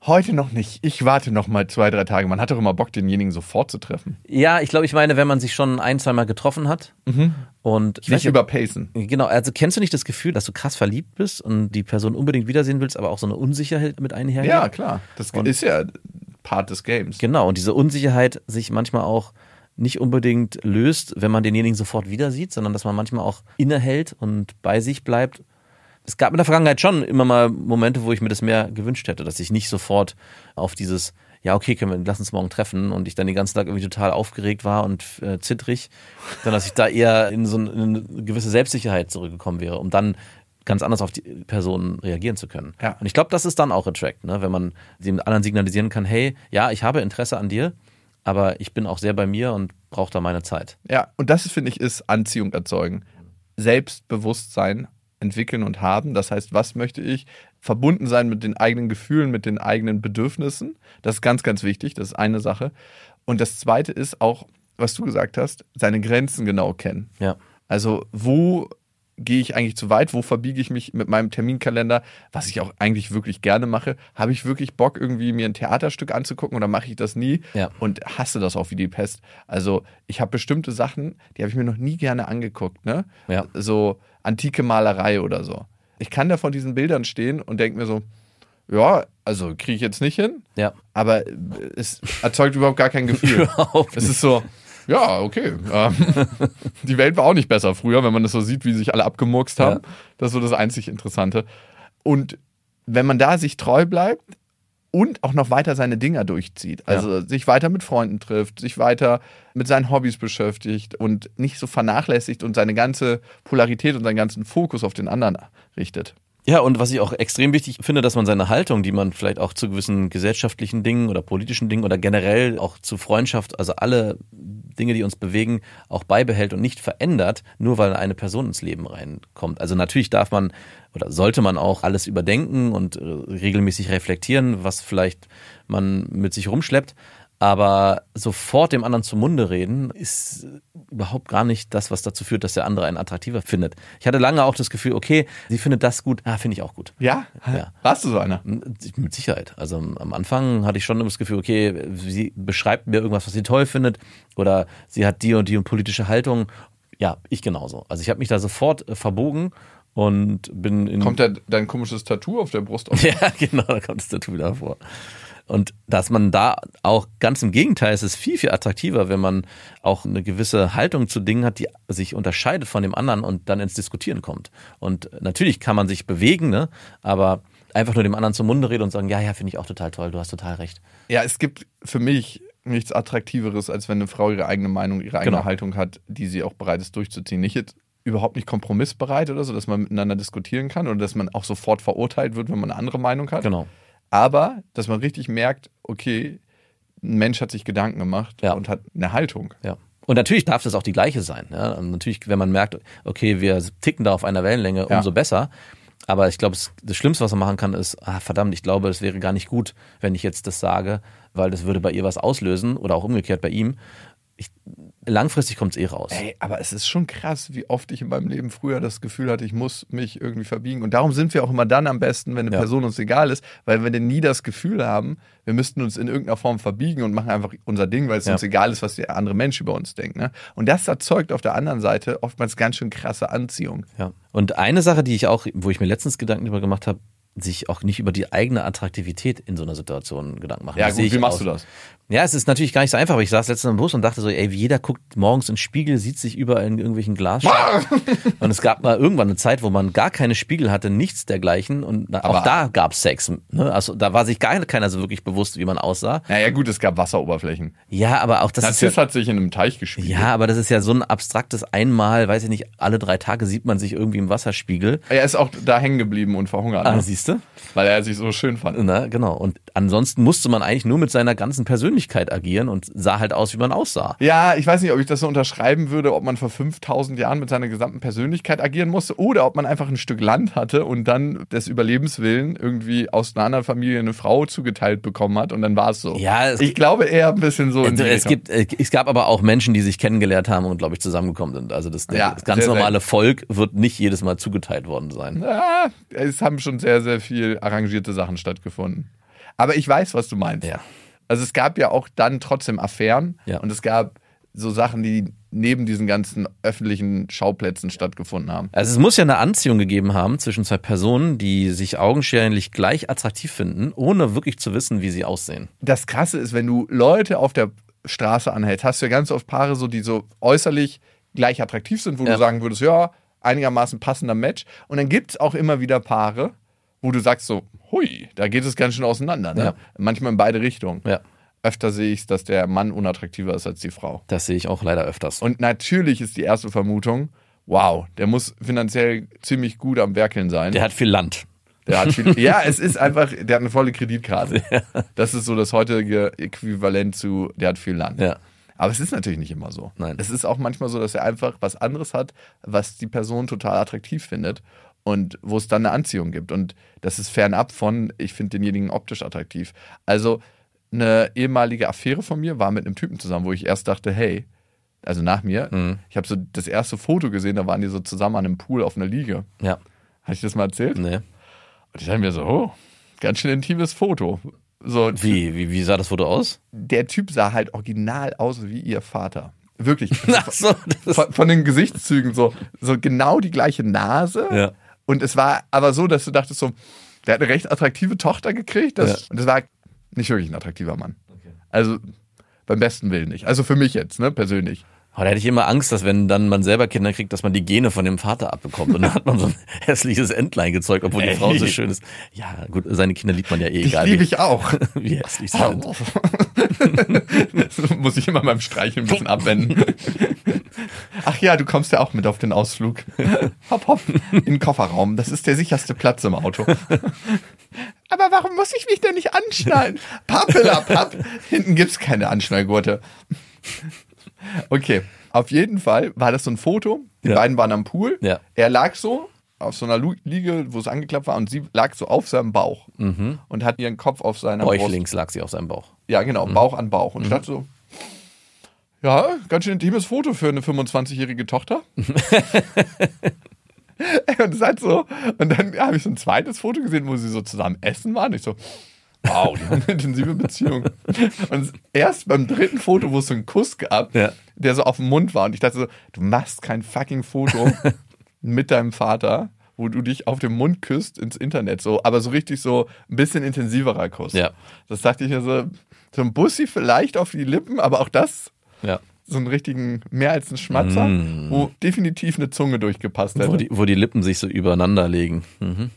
heute noch nicht, ich warte noch mal zwei, drei Tage. Man hat doch immer Bock, denjenigen sofort zu treffen. Ja, ich glaube, ich meine, wenn man sich schon ein, zweimal getroffen hat und ich Nicht überpacen. Genau, also kennst du nicht das Gefühl, dass du krass verliebt bist und die Person unbedingt wiedersehen willst, aber auch so eine Unsicherheit mit einhergeht? Ja, klar. Das Und- ist ja Part des Games. Genau, und diese Unsicherheit sich manchmal auch nicht unbedingt löst, wenn man denjenigen sofort wieder sieht, sondern dass man manchmal auch innehält und bei sich bleibt. Es gab in der Vergangenheit schon immer mal Momente, wo ich mir das mehr gewünscht hätte, dass ich nicht sofort auf dieses, ja, okay, können wir, lass uns morgen treffen und ich dann den ganzen Tag irgendwie total aufgeregt war und äh, zittrig, sondern dass ich da eher in so ein- in eine gewisse Selbstsicherheit zurückgekommen wäre, um dann ganz anders auf die Person reagieren zu können. Ja. Und ich glaube, das ist dann auch Attract, ne? wenn man dem anderen signalisieren kann, hey, ja, ich habe Interesse an dir, aber ich bin auch sehr bei mir und brauche da meine Zeit. Ja, und das finde ich ist Anziehung erzeugen. Selbstbewusstsein entwickeln und haben. Das heißt, was möchte ich? Verbunden sein mit den eigenen Gefühlen, mit den eigenen Bedürfnissen. Das ist ganz, ganz wichtig. Das ist eine Sache. Und das zweite ist auch, was du gesagt hast, seine Grenzen genau kennen. Ja. Also, wo gehe ich eigentlich zu weit? Wo verbiege ich mich mit meinem Terminkalender? Was ich auch eigentlich wirklich gerne mache. Habe ich wirklich Bock, irgendwie mir ein Theaterstück anzugucken oder mache ich das nie? Ja. Und hasse das auch wie die Pest. Also, ich habe bestimmte Sachen, die habe ich mir noch nie gerne angeguckt, ne? Ja. So antike Malerei oder so. Ich kann da von diesen Bildern stehen und denke mir so, ja, also kriege ich jetzt nicht hin, Ja. aber äh, es erzeugt überhaupt gar kein Gefühl. Überhaupt Es ist so, ja, okay. Ähm, die Welt war auch nicht besser früher, wenn man das so sieht, wie sich alle abgemurkst haben. Das ist so das einzig Interessante. Und wenn man da sich treu bleibt und auch noch weiter seine Dinger durchzieht, also sich weiter mit Freunden trifft, sich weiter mit seinen Hobbys beschäftigt und nicht so vernachlässigt und seine ganze Polarität und seinen ganzen Fokus auf den anderen richtet. Ja, und was ich auch extrem wichtig finde, dass man seine Haltung, die man vielleicht auch zu gewissen gesellschaftlichen Dingen oder politischen Dingen oder generell auch zu Freundschaft, also alle Dinge, die uns bewegen, auch beibehält und nicht verändert, nur weil eine Person ins Leben reinkommt. Also natürlich darf man oder sollte man auch alles überdenken und äh, regelmäßig reflektieren, was vielleicht man mit sich rumschleppt. Aber sofort dem anderen zum Munde reden ist überhaupt gar nicht das, was dazu führt, dass der andere einen attraktiver findet. Ich hatte lange auch das Gefühl, okay, sie findet das gut, ah, finde ich auch gut. Ja? Ja. Mhm. Warst du so einer? Mit Sicherheit. Also am Anfang hatte ich schon immer das Gefühl, okay, sie beschreibt mir irgendwas, was sie toll findet oder sie hat die und die und politische Haltung. Ja, ich genauso. Also ich habe mich da sofort äh, verbogen und bin in Kommt da dein komisches Tattoo auf der Brust auf? ja, genau, da kommt das Tattoo wieder vor. Und dass man da auch ganz im Gegenteil, es ist viel, viel attraktiver, wenn man auch eine gewisse Haltung zu Dingen hat, die sich unterscheidet von dem anderen und dann ins Diskutieren kommt. Und natürlich kann man sich bewegen, ne? aber einfach nur dem anderen zum Munde reden und sagen, ja, ja, finde ich auch total toll, du hast total recht. Ja, es gibt für mich nichts Attraktiveres, als wenn eine Frau ihre eigene Meinung, ihre eigene Genau. Haltung hat, die sie auch bereit ist durchzuziehen. Nicht jetzt überhaupt nicht kompromissbereit oder so, dass man miteinander diskutieren kann oder dass man auch sofort verurteilt wird, wenn man eine andere Meinung hat. Genau. Aber, dass man richtig merkt, okay, ein Mensch hat sich Gedanken gemacht Ja. und hat eine Haltung. Ja. Und natürlich darf das auch die gleiche sein. Ja? Und natürlich, wenn man merkt, okay, wir ticken da auf einer Wellenlänge, Ja. umso besser. Aber ich glaube, es- das Schlimmste, was man machen kann, ist, ah, verdammt, ich glaube, es wäre gar nicht gut, wenn ich jetzt das sage, weil das würde bei ihr was auslösen oder auch umgekehrt bei ihm. Ich, langfristig kommt es eh raus. Ey, aber es ist schon krass, wie oft ich in meinem Leben früher das Gefühl hatte, ich muss mich irgendwie verbiegen. Und darum sind wir auch immer dann am besten, wenn eine Ja. Person uns egal ist, weil wir denn nie das Gefühl haben, wir müssten uns in irgendeiner Form verbiegen und machen einfach unser Ding, weil es Ja. uns egal ist, was der andere Mensch über uns denkt. Ne? Und das erzeugt auf der anderen Seite oftmals ganz schön krasse Anziehung. Ja. Und eine Sache, die ich auch, wo ich mir letztens Gedanken darüber gemacht habe, sich auch nicht über die eigene Attraktivität in so einer Situation Gedanken machen. Ja, Wie gut, sehe ich wie machst du aus? das? Ja, es ist natürlich gar nicht so einfach, aber ich saß letztens im Bus und dachte so, ey, jeder guckt morgens in den Spiegel, sieht sich überall in irgendwelchen Ah! Glasscheiben. und es gab mal irgendwann eine Zeit, wo man gar keine Spiegel hatte, nichts dergleichen und na- Aber- auch da gab's Sex. Ne? Also da war sich gar keiner so wirklich bewusst, wie man aussah. Naja, gut, es gab Wasseroberflächen. Ja, aber auch das ist ja, Narziss hat sich in einem Teich gespielt. ja, aber das ist ja so ein abstraktes Einmal, weiß ich nicht, alle drei Tage sieht man sich irgendwie im Wasserspiegel. Er ist auch da hängen geblieben und verhungert, Ah, ne? siehst du? weil er sich so schön fand. Na, genau. Und ansonsten musste man eigentlich nur mit seiner ganzen Persönlichkeit agieren und sah halt aus, wie man aussah. Ja, ich weiß nicht, ob ich das so unterschreiben würde, ob man vor 5000 Jahren mit seiner gesamten Persönlichkeit agieren musste oder ob man einfach ein Stück Land hatte und dann des Überlebenswillen irgendwie aus einer anderen Familie eine Frau zugeteilt bekommen hat und dann war es so. Ja, es- ich glaube eher ein bisschen so. in die Also, es, Richtung. gibt, äh, es gab aber auch Menschen, die sich kennengelernt haben und, glaube ich, zusammengekommen sind. Also das, Ja, das ganz sehr, sehr. normale Volk wird nicht jedes Mal zugeteilt worden sein. Ah, es haben schon sehr, sehr viel arrangierte Sachen stattgefunden. Aber ich weiß, was du meinst. Ja. Also es gab ja auch dann trotzdem Affären Ja. und es gab so Sachen, die neben diesen ganzen öffentlichen Schauplätzen stattgefunden haben. Also es muss ja eine Anziehung gegeben haben zwischen zwei Personen, die sich augenscheinlich gleich attraktiv finden, ohne wirklich zu wissen, wie sie aussehen. das Krasse ist, wenn du Leute auf der Straße anhältst, hast du ja ganz oft Paare, so, die so äußerlich gleich attraktiv sind, wo Ja. du sagen würdest, ja, einigermaßen passender Match. Und dann gibt es auch immer wieder Paare, wo du sagst so, hui, da geht es ganz schön auseinander. Ne? Ja. Manchmal in beide Richtungen. Ja. Öfter sehe ich es, dass der Mann unattraktiver ist als die Frau. Das sehe ich auch leider öfters. Und natürlich ist die erste Vermutung, wow, der muss finanziell ziemlich gut am Werkeln sein. der hat viel Land. Der hat viel, ja, es ist einfach, der hat eine volle Kreditkarte. Das ist so das heutige Äquivalent zu, der hat viel Land. Ja. Aber es ist natürlich nicht immer so. Nein. Es ist auch manchmal so, dass er einfach was anderes hat, was die Person total attraktiv findet und wo es dann eine Anziehung gibt. Und das ist fernab von, ich finde denjenigen optisch attraktiv. Also eine ehemalige Affäre von mir war mit einem Typen zusammen, wo ich erst dachte, hey, also nach mir, Mhm. ich habe so das erste Foto gesehen, da waren die so zusammen an einem Pool auf einer Liege. Ja. ne. Habe ich das mal erzählt? Nee. Und ich dachte mir so, oh, ganz schön intimes Foto. So, Wie, wie, wie sah das Foto aus? der Typ sah halt original aus wie ihr Vater. Wirklich. Ach so, das von, von den Gesichtszügen so, so genau die gleiche Nase. Ja. Und es war aber so, dass du dachtest so, der hat eine recht attraktive Tochter gekriegt. Das, Ja. Und das war nicht wirklich ein attraktiver Mann. Also beim besten Willen nicht. Also für mich jetzt, ne, persönlich. Oh, da hätte ich immer Angst, dass wenn dann man selber Kinder kriegt, dass man die Gene von dem Vater abbekommt. Und dann hat man so ein hässliches Entlein gezeugt, obwohl die Ey. Frau so schön ist. Ja, gut, seine Kinder liebt man ja eh egal. Die liebe ich auch. wie- Wie hässlich sie sind. das muss ich immer beim Streicheln ein bisschen abwenden. Ach ja, du kommst ja auch mit auf den Ausflug. Hopp, hopp, in den Kofferraum. Das ist der sicherste Platz im Auto. Aber warum muss ich mich denn nicht anschnallen? Pappelapapp. Hinten gibt's keine Anschnallgurte. Okay, auf jeden Fall war das so ein Foto. Die Ja. beiden waren am Pool. Ja. Er lag so auf so einer Lu- Liege, wo es angeklappt war, und sie lag so auf seinem Bauch und hat ihren Kopf auf seiner Bei euch Brust links lag sie auf seinem Bauch. ja, genau, Bauch an Bauch. Und ich dachte so, ja, ganz schön intimes Foto für eine 25-jährige Tochter. Ey, und es hat so, und dann habe ich so ein zweites Foto gesehen, wo sie so zusammen essen waren. Ich so, wow, die haben eine intensive Beziehung. Und erst beim dritten Foto, wo es so einen Kuss gab, Ja. der so auf dem Mund war. Und ich dachte so, du machst kein fucking Foto mit deinem Vater, wo du dich auf den Mund küsst ins Internet, so, aber so richtig so ein bisschen intensiverer Kuss. Ja. Das dachte ich mir so, so ein Bussi vielleicht auf die Lippen, aber auch das Ja. so einen richtigen, mehr als einen Schmatzer, wo definitiv eine Zunge durchgepasst Mm. Wo hätte. die, wo die Lippen sich so übereinander legen. Mhm.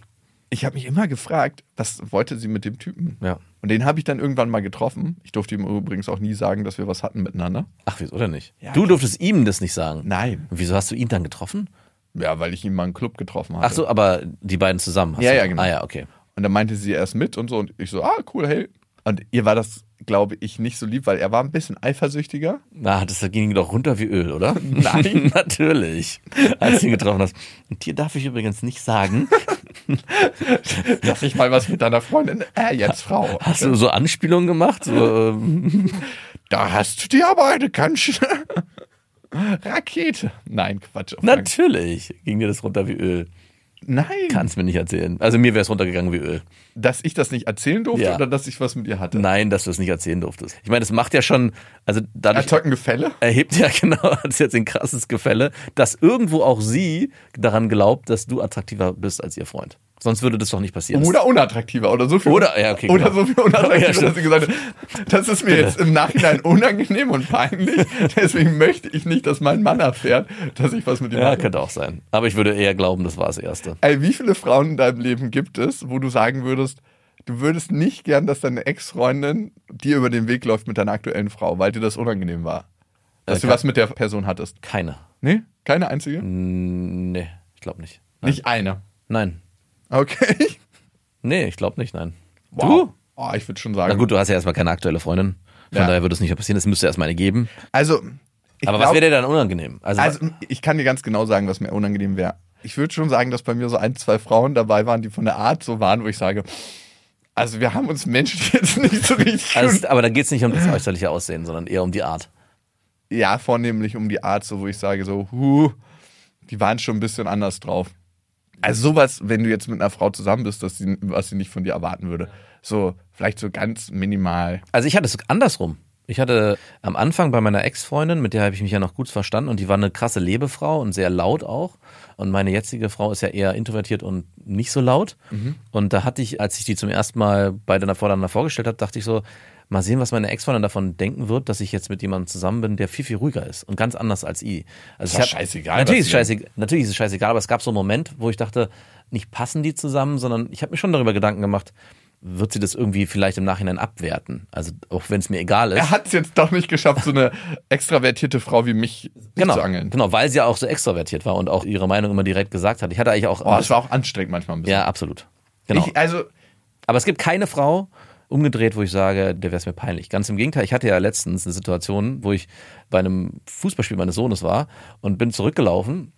ich habe mich immer gefragt, was wollte sie mit dem Typen? Ja. Und den habe ich dann irgendwann mal getroffen. Ich durfte ihm übrigens auch nie sagen, dass wir was hatten miteinander. Ach, wieso denn nicht? Ja, du klar. durftest ihm das nicht sagen. Nein. Und wieso hast du ihn dann getroffen? Ja, weil ich ihn mal im Club getroffen habe. Ach so, aber die beiden zusammen. hast Ja, du- ja, genau. Ah ja, okay. Und dann meinte sie erst mit und so. Und ich so, ah, cool, hey. Und ihr war das, glaube ich, nicht so lieb, weil er war ein bisschen eifersüchtiger. Na, das ging doch runter wie Öl, oder? Nein, natürlich. Als du ihn getroffen hast. Und dir darf ich übrigens nicht sagen, Dass ich mal was mit deiner Freundin, äh, jetzt Frau. hast du so Anspielungen gemacht? So, ähm, Da hast du dir aber eine ganz schöne Rakete. Nein, Quatsch. auf keinen- natürlich ging dir das runter wie Öl. Nein. Kannst mir nicht erzählen. Also mir wäre es runtergegangen wie Öl. Dass ich das nicht erzählen durfte Ja. oder dass ich was mit ihr hatte. Nein, dass du es nicht erzählen durftest. Ich meine, das macht ja schon, also dadurch Erzeugten Gefälle? erhebt ja genau, hat sie jetzt ein krasses Gefälle, dass irgendwo auch sie daran glaubt, dass du attraktiver bist als ihr Freund. Sonst würde das doch nicht passieren. Oder unattraktiver oder so viel. Oder- ja, okay, oder genau. so viel unattraktiver, Ja, stimmt. dass sie gesagt hat, das ist mir jetzt im Nachhinein unangenehm und peinlich. Deswegen möchte ich nicht, dass mein Mann erfährt, dass ich was mit ihm ja, hatte. könnte auch sein. Aber ich würde eher glauben, das war das Erste. Ey, wie viele Frauen in deinem Leben gibt es, wo du sagen würdest, du würdest nicht gern, dass deine Ex-Freundin dir über den Weg läuft mit deiner aktuellen Frau, weil dir das unangenehm war? Dass Äh, du kann- was mit der Person hattest? Keine. Nee? Keine einzige? Nee, ich glaube nicht. Nein. Nicht eine. Nein. Okay. Nee, ich glaube nicht, nein. Wow. Du? Oh, ich würde schon sagen. Na gut, du hast ja erstmal keine aktuelle Freundin. Von Ja. daher würde es nicht mehr passieren. Es müsste erstmal eine geben. Also, ich Aber was glaub- wäre dir dann unangenehm? Also, Also, ich kann dir ganz genau sagen, was mir unangenehm wäre. Ich würde schon sagen, dass bei mir so ein, zwei Frauen dabei waren, die von der Art so waren, wo ich sage, also wir haben uns menschlich jetzt nicht so richtig. gut- also aber da geht es nicht um das äußerliche Aussehen, sondern eher um die Art. ja, vornehmlich um die Art, so wo ich sage, so, huh, die waren schon ein bisschen anders drauf. Also sowas, wenn du jetzt mit einer Frau zusammen bist, dass sie, was sie nicht von dir erwarten würde. So, vielleicht so ganz minimal. Also ich hatte es andersrum. Ich hatte am Anfang bei meiner Ex-Freundin, mit der habe ich mich ja noch gut verstanden und die war eine krasse Lebefrau und sehr laut auch. Und meine jetzige Frau ist ja eher introvertiert und nicht so laut. Mhm. Und da hatte ich, als ich die zum ersten Mal beide voreinander vorgestellt habe, dachte ich so, mal sehen, was meine Ex-Freundin davon denken wird, dass ich jetzt mit jemandem zusammen bin, der viel, viel ruhiger ist und ganz anders als ich. Also Ist doch ich hab- scheißegal, was Natürlich ist, sie scheißegal, natürlich ist es scheißegal, aber es gab so einen Moment, wo ich dachte, nicht passen die zusammen, sondern ich habe mir schon darüber Gedanken gemacht, wird sie das irgendwie vielleicht im Nachhinein abwerten? Also auch wenn es mir egal ist. Er hat es jetzt doch nicht geschafft, so eine extravertierte Frau wie mich genau, zu angeln. genau, weil sie ja auch so extrovertiert war und auch ihre Meinung immer direkt gesagt hat. Ich hatte eigentlich auch. Oh, es war auch anstrengend manchmal ein bisschen. ja, absolut. Genau. Ich, also, Aber es gibt keine Frau umgedreht, wo ich sage, der wäre es mir peinlich. Ganz im Gegenteil, ich hatte ja letztens eine Situation, wo ich bei einem Fußballspiel meines Sohnes war und bin zurückgelaufen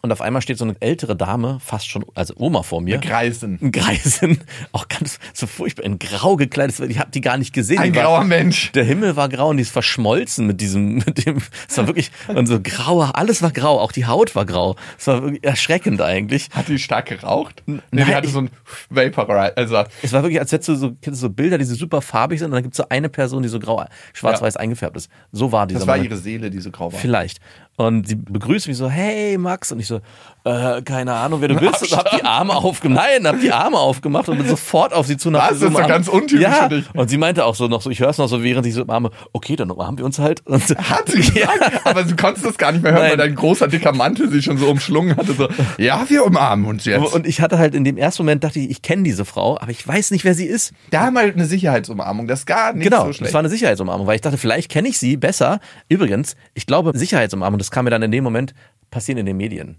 und auf einmal steht so eine ältere Dame, fast schon, also Oma vor mir. Greisen. Ein Greisen, auch ganz so furchtbar in grau gekleidet. Ich habe die gar nicht gesehen. Ein die war- grauer Mensch. Der Himmel war grau und die ist verschmolzen mit diesem, mit dem, es war wirklich, und so grauer, alles war grau, auch die Haut war grau. Es war wirklich erschreckend eigentlich. Hat die stark geraucht? Nee, nein, die hatte ich- so ein Vaporizer. Also, Es war wirklich, als hättest du so, kennst du so Bilder, die so super farbig sind und dann gibt es so eine Person, die so grau, schwarz-weiß eingefärbt ist. So war dieser das war Moment. ihre Seele, die so grau war. Vielleicht. Und sie begrüßt mich so, hey Max. Und ich so, äh, keine Ahnung, wer du bist. Und hab die Arme aufgemacht. Nein, hab die Arme aufgemacht und bin sofort auf sie zu. und hab Was? sie Das so ist doch umarmt. ganz untypisch ja. für dich. Und sie meinte auch so noch so, ich hör's noch so, während ich so umarme, okay, dann umarmen wir uns halt. Und Hat sie gesagt, aber du konntest das gar nicht mehr hören, weil Nein. dein großer dicker Mantel sie schon so umschlungen hatte. So, ja, wir umarmen uns jetzt. Und ich hatte halt in dem ersten Moment dachte ich, ich kenne diese Frau, aber ich weiß nicht, wer sie ist. da mal eine Sicherheitsumarmung, das ist gar nicht genau, so das schlecht. war eine Sicherheitsumarmung, weil ich dachte, vielleicht kenne ich sie besser. Übrigens, ich glaube, Sicherheitsumarmung, das kam mir dann in dem Moment passieren in den Medien.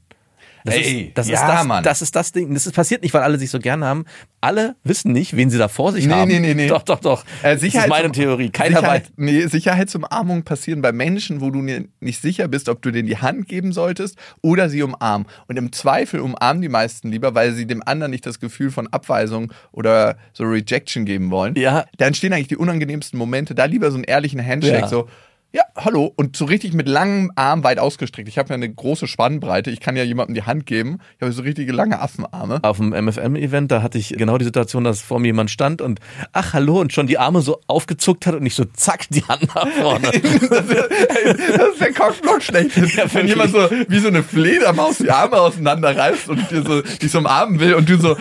Das, Ey, ist, das, ja, ist das, Mann. das ist das Ding. Das ist passiert nicht, weil alle sich so gerne haben. Alle wissen nicht, wen sie da vor sich Nee, haben. nee, nee, nee. Doch, doch, doch. Äh, das ist meine Sicherheitsum- Theorie. Keiner Sicherheit, weiß. Nee, Sicherheitsumarmungen passieren bei Menschen, wo du dir nicht sicher bist, ob du denen die Hand geben solltest oder sie umarmen. Und im Zweifel umarmen die meisten lieber, weil sie dem anderen nicht das Gefühl von Abweisung oder so Rejection geben wollen. Ja. Da entstehen eigentlich die unangenehmsten Momente. Da lieber so einen ehrlichen Handshake, Ja. so, Ja, hallo. Und so richtig mit langem Arm weit ausgestreckt. Ich habe ja eine große Spannbreite. Ich kann ja jemandem die Hand geben. Ich habe so richtige lange Affenarme. Auf dem MFM-Event, da hatte ich genau die Situation, dass vor mir jemand stand und ach hallo und schon die Arme so aufgezuckt hat und ich so zack die Hand nach vorne. Das ist der Cockblock schlecht. Wenn wirklich. jemand so wie so eine Fledermaus die Arme auseinanderreißt und dir so dich so umarmen will und du so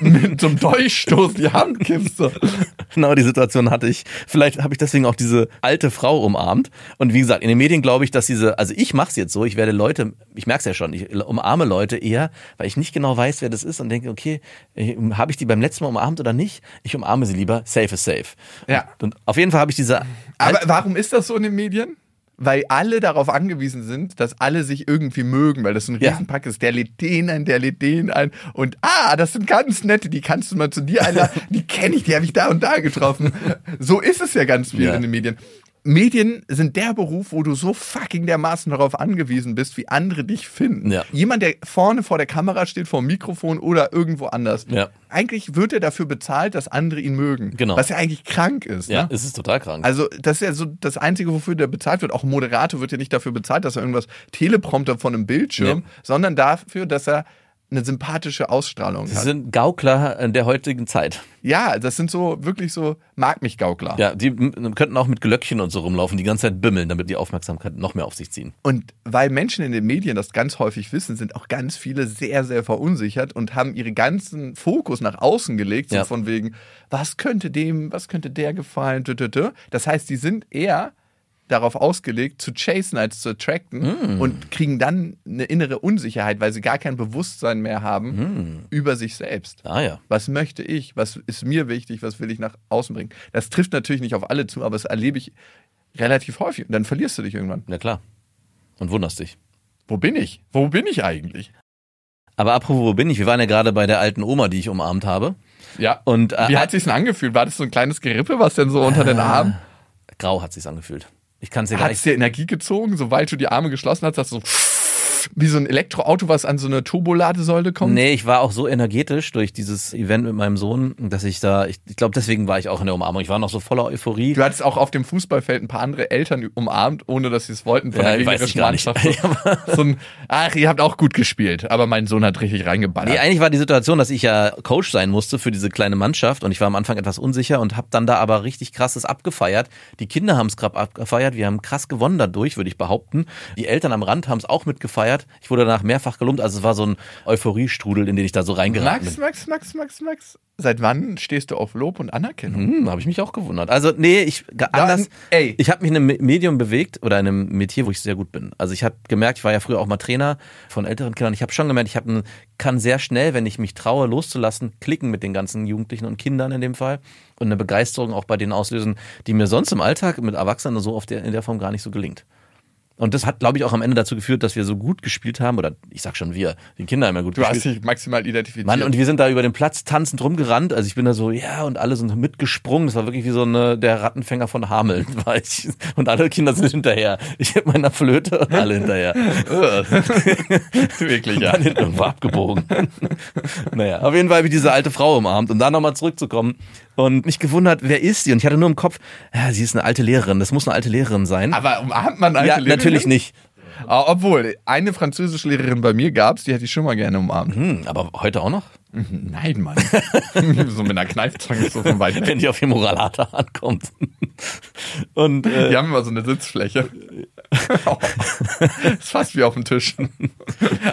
mit so einem Dolchstoß die Hand kippst. So. genau die Situation hatte ich. Vielleicht habe ich deswegen auch diese alte Frau umarmt. Und wie gesagt, in den Medien glaube ich, dass diese, also ich mache es jetzt so, ich werde Leute, ich merke es ja schon, ich umarme Leute eher, weil ich nicht genau weiß, wer das ist und denke, okay, äh, habe ich die beim letzten Mal umarmt oder nicht? Ich umarme sie lieber, safe is safe. Ja. Und auf jeden Fall habe ich diese. Aber Halt. warum ist das so in den Medien? Weil alle darauf angewiesen sind, dass alle sich irgendwie mögen, weil das so ein Ja. Riesenpack ist. Der lädt den ein, der lädt den ein. Und ah, das sind ganz nette, die kannst du mal zu dir einladen. die kenne ich, die habe ich da und da getroffen. So ist es ja ganz viel Ja. in den Medien. Medien sind der Beruf, wo du so fucking dermaßen darauf angewiesen bist, wie andere dich finden. Ja. Jemand, der vorne vor der Kamera steht, vor dem Mikrofon oder irgendwo anders. Ja. Eigentlich wird er dafür bezahlt, dass andere ihn mögen. Genau. Was ja eigentlich krank ist. ja, ne? es ist total krank. Also, das ist ja so das Einzige, wofür der bezahlt wird. Auch ein Moderator wird ja nicht dafür bezahlt, dass er irgendwas Teleprompter von einem Bildschirm, Nee. sondern dafür, dass er eine sympathische Ausstrahlung Sie hat. sind Gaukler in der heutigen Zeit. Ja, das sind so wirklich so mag mich Gaukler. Ja, die m- könnten auch mit Glöckchen und so rumlaufen, die ganze Zeit bimmeln, damit die Aufmerksamkeit noch mehr auf sich ziehen. Und weil Menschen in den Medien das ganz häufig wissen, sind auch ganz viele sehr, sehr verunsichert und haben ihren ganzen Fokus nach außen gelegt, so Ja. von wegen, was könnte dem, was könnte der gefallen, tü, tü, tü. Das heißt, die sind eher darauf ausgelegt, zu chasen als zu attracten und kriegen dann eine innere Unsicherheit, weil sie gar kein Bewusstsein mehr haben über sich selbst. Ah ja. Was möchte ich? Was ist mir wichtig? Was will ich nach außen bringen? Das trifft natürlich nicht auf alle zu, aber das erlebe ich relativ häufig und dann verlierst du dich irgendwann. Na klar. Und wunderst dich. Wo bin ich? Wo bin ich eigentlich? Aber apropos, wo bin ich? Wir waren ja gerade bei der alten Oma, die ich umarmt habe. Ja. Und äh, Ah, Wie hat sich's denn angefühlt? War das so ein kleines Gerippe, was denn so unter den Armen? äh, grau hat sich's angefühlt. Ich kann's dir gar Hat nicht. es dir Energie gezogen? Sobald du die Arme geschlossen hast, hast du so wie so ein Elektroauto, was an so eine Turboladesäule kommt? Nee, ich war auch so energetisch durch dieses Event mit meinem Sohn, dass ich da, ich, ich glaube, deswegen war ich auch in der Umarmung. Ich war noch so voller Euphorie. Du hattest auch auf dem Fußballfeld ein paar andere Eltern umarmt, ohne dass sie es wollten, von Ja, der ich weiß gegnerischen gar nicht. Mannschaft. So, so ein, ach, ihr habt auch gut gespielt, aber mein Sohn hat richtig Nee, reingeballert. eigentlich war die Situation, dass ich ja Coach sein musste für diese kleine Mannschaft und ich war am Anfang etwas unsicher und habe dann da aber richtig krasses abgefeiert. Die Kinder haben es gerade abgefeiert, wir haben krass gewonnen dadurch, würde ich behaupten. Die Eltern am Rand haben es auch mitgefeiert. Ich wurde danach mehrfach gelobt, also es war so ein Euphoriestrudel, in den ich da so reingeraten Max, bin. Max, Max, Max, Max. Seit wann stehst du auf Lob und Anerkennung? Hm, habe ich mich auch gewundert. Also nee, ich ga- anders. ey. Ich habe mich in einem Me- Medium bewegt oder in einem Metier, wo ich sehr gut bin. Also ich habe gemerkt, ich war ja früher auch mal Trainer von älteren Kindern. Ich habe schon gemerkt, ich hab ein, kann sehr schnell, wenn ich mich traue, loszulassen, klicken mit den ganzen Jugendlichen und Kindern in dem Fall und eine Begeisterung auch bei denen auslösen, die mir sonst im Alltag mit Erwachsenen so auf der, in der Form gar nicht so gelingt. Und das hat, glaube ich, auch am Ende dazu geführt, dass wir so gut gespielt haben, oder ich sag schon wir, die Kinder haben ja gut Du hast gespielt. dich maximal identifiziert. Mann, und wir sind da über den Platz tanzend rumgerannt. Also ich bin da so, ja, und alle sind mitgesprungen. Das war wirklich wie so eine, der Rattenfänger von Hameln. War ich. Und alle Kinder sind hinterher. Ich mit meiner Flöte und alle hinterher. Wirklich, Ja. ja. Dann hinten irgendwo abgebogen. naja, auf jeden Fall habe ich diese alte Frau umarmt, um da nochmal zurückzukommen. Und mich gewundert, wer ist sie? Und ich hatte nur im Kopf, ja, sie ist eine alte Lehrerin. Das muss eine alte Lehrerin sein. Aber umarmt man alte ja, Lehrerin? natürlich nicht. Ah, Obwohl, eine französische Lehrerin bei mir gab es, die hätte ich schon mal gerne umarmt. Hm, aber heute auch noch? Nein, Mann. so mit einer Kneifzange so von weit weg. Wenn die auf die Moralata ankommt. und äh, Die haben immer so eine Sitzfläche. ist fast wie auf dem Tisch.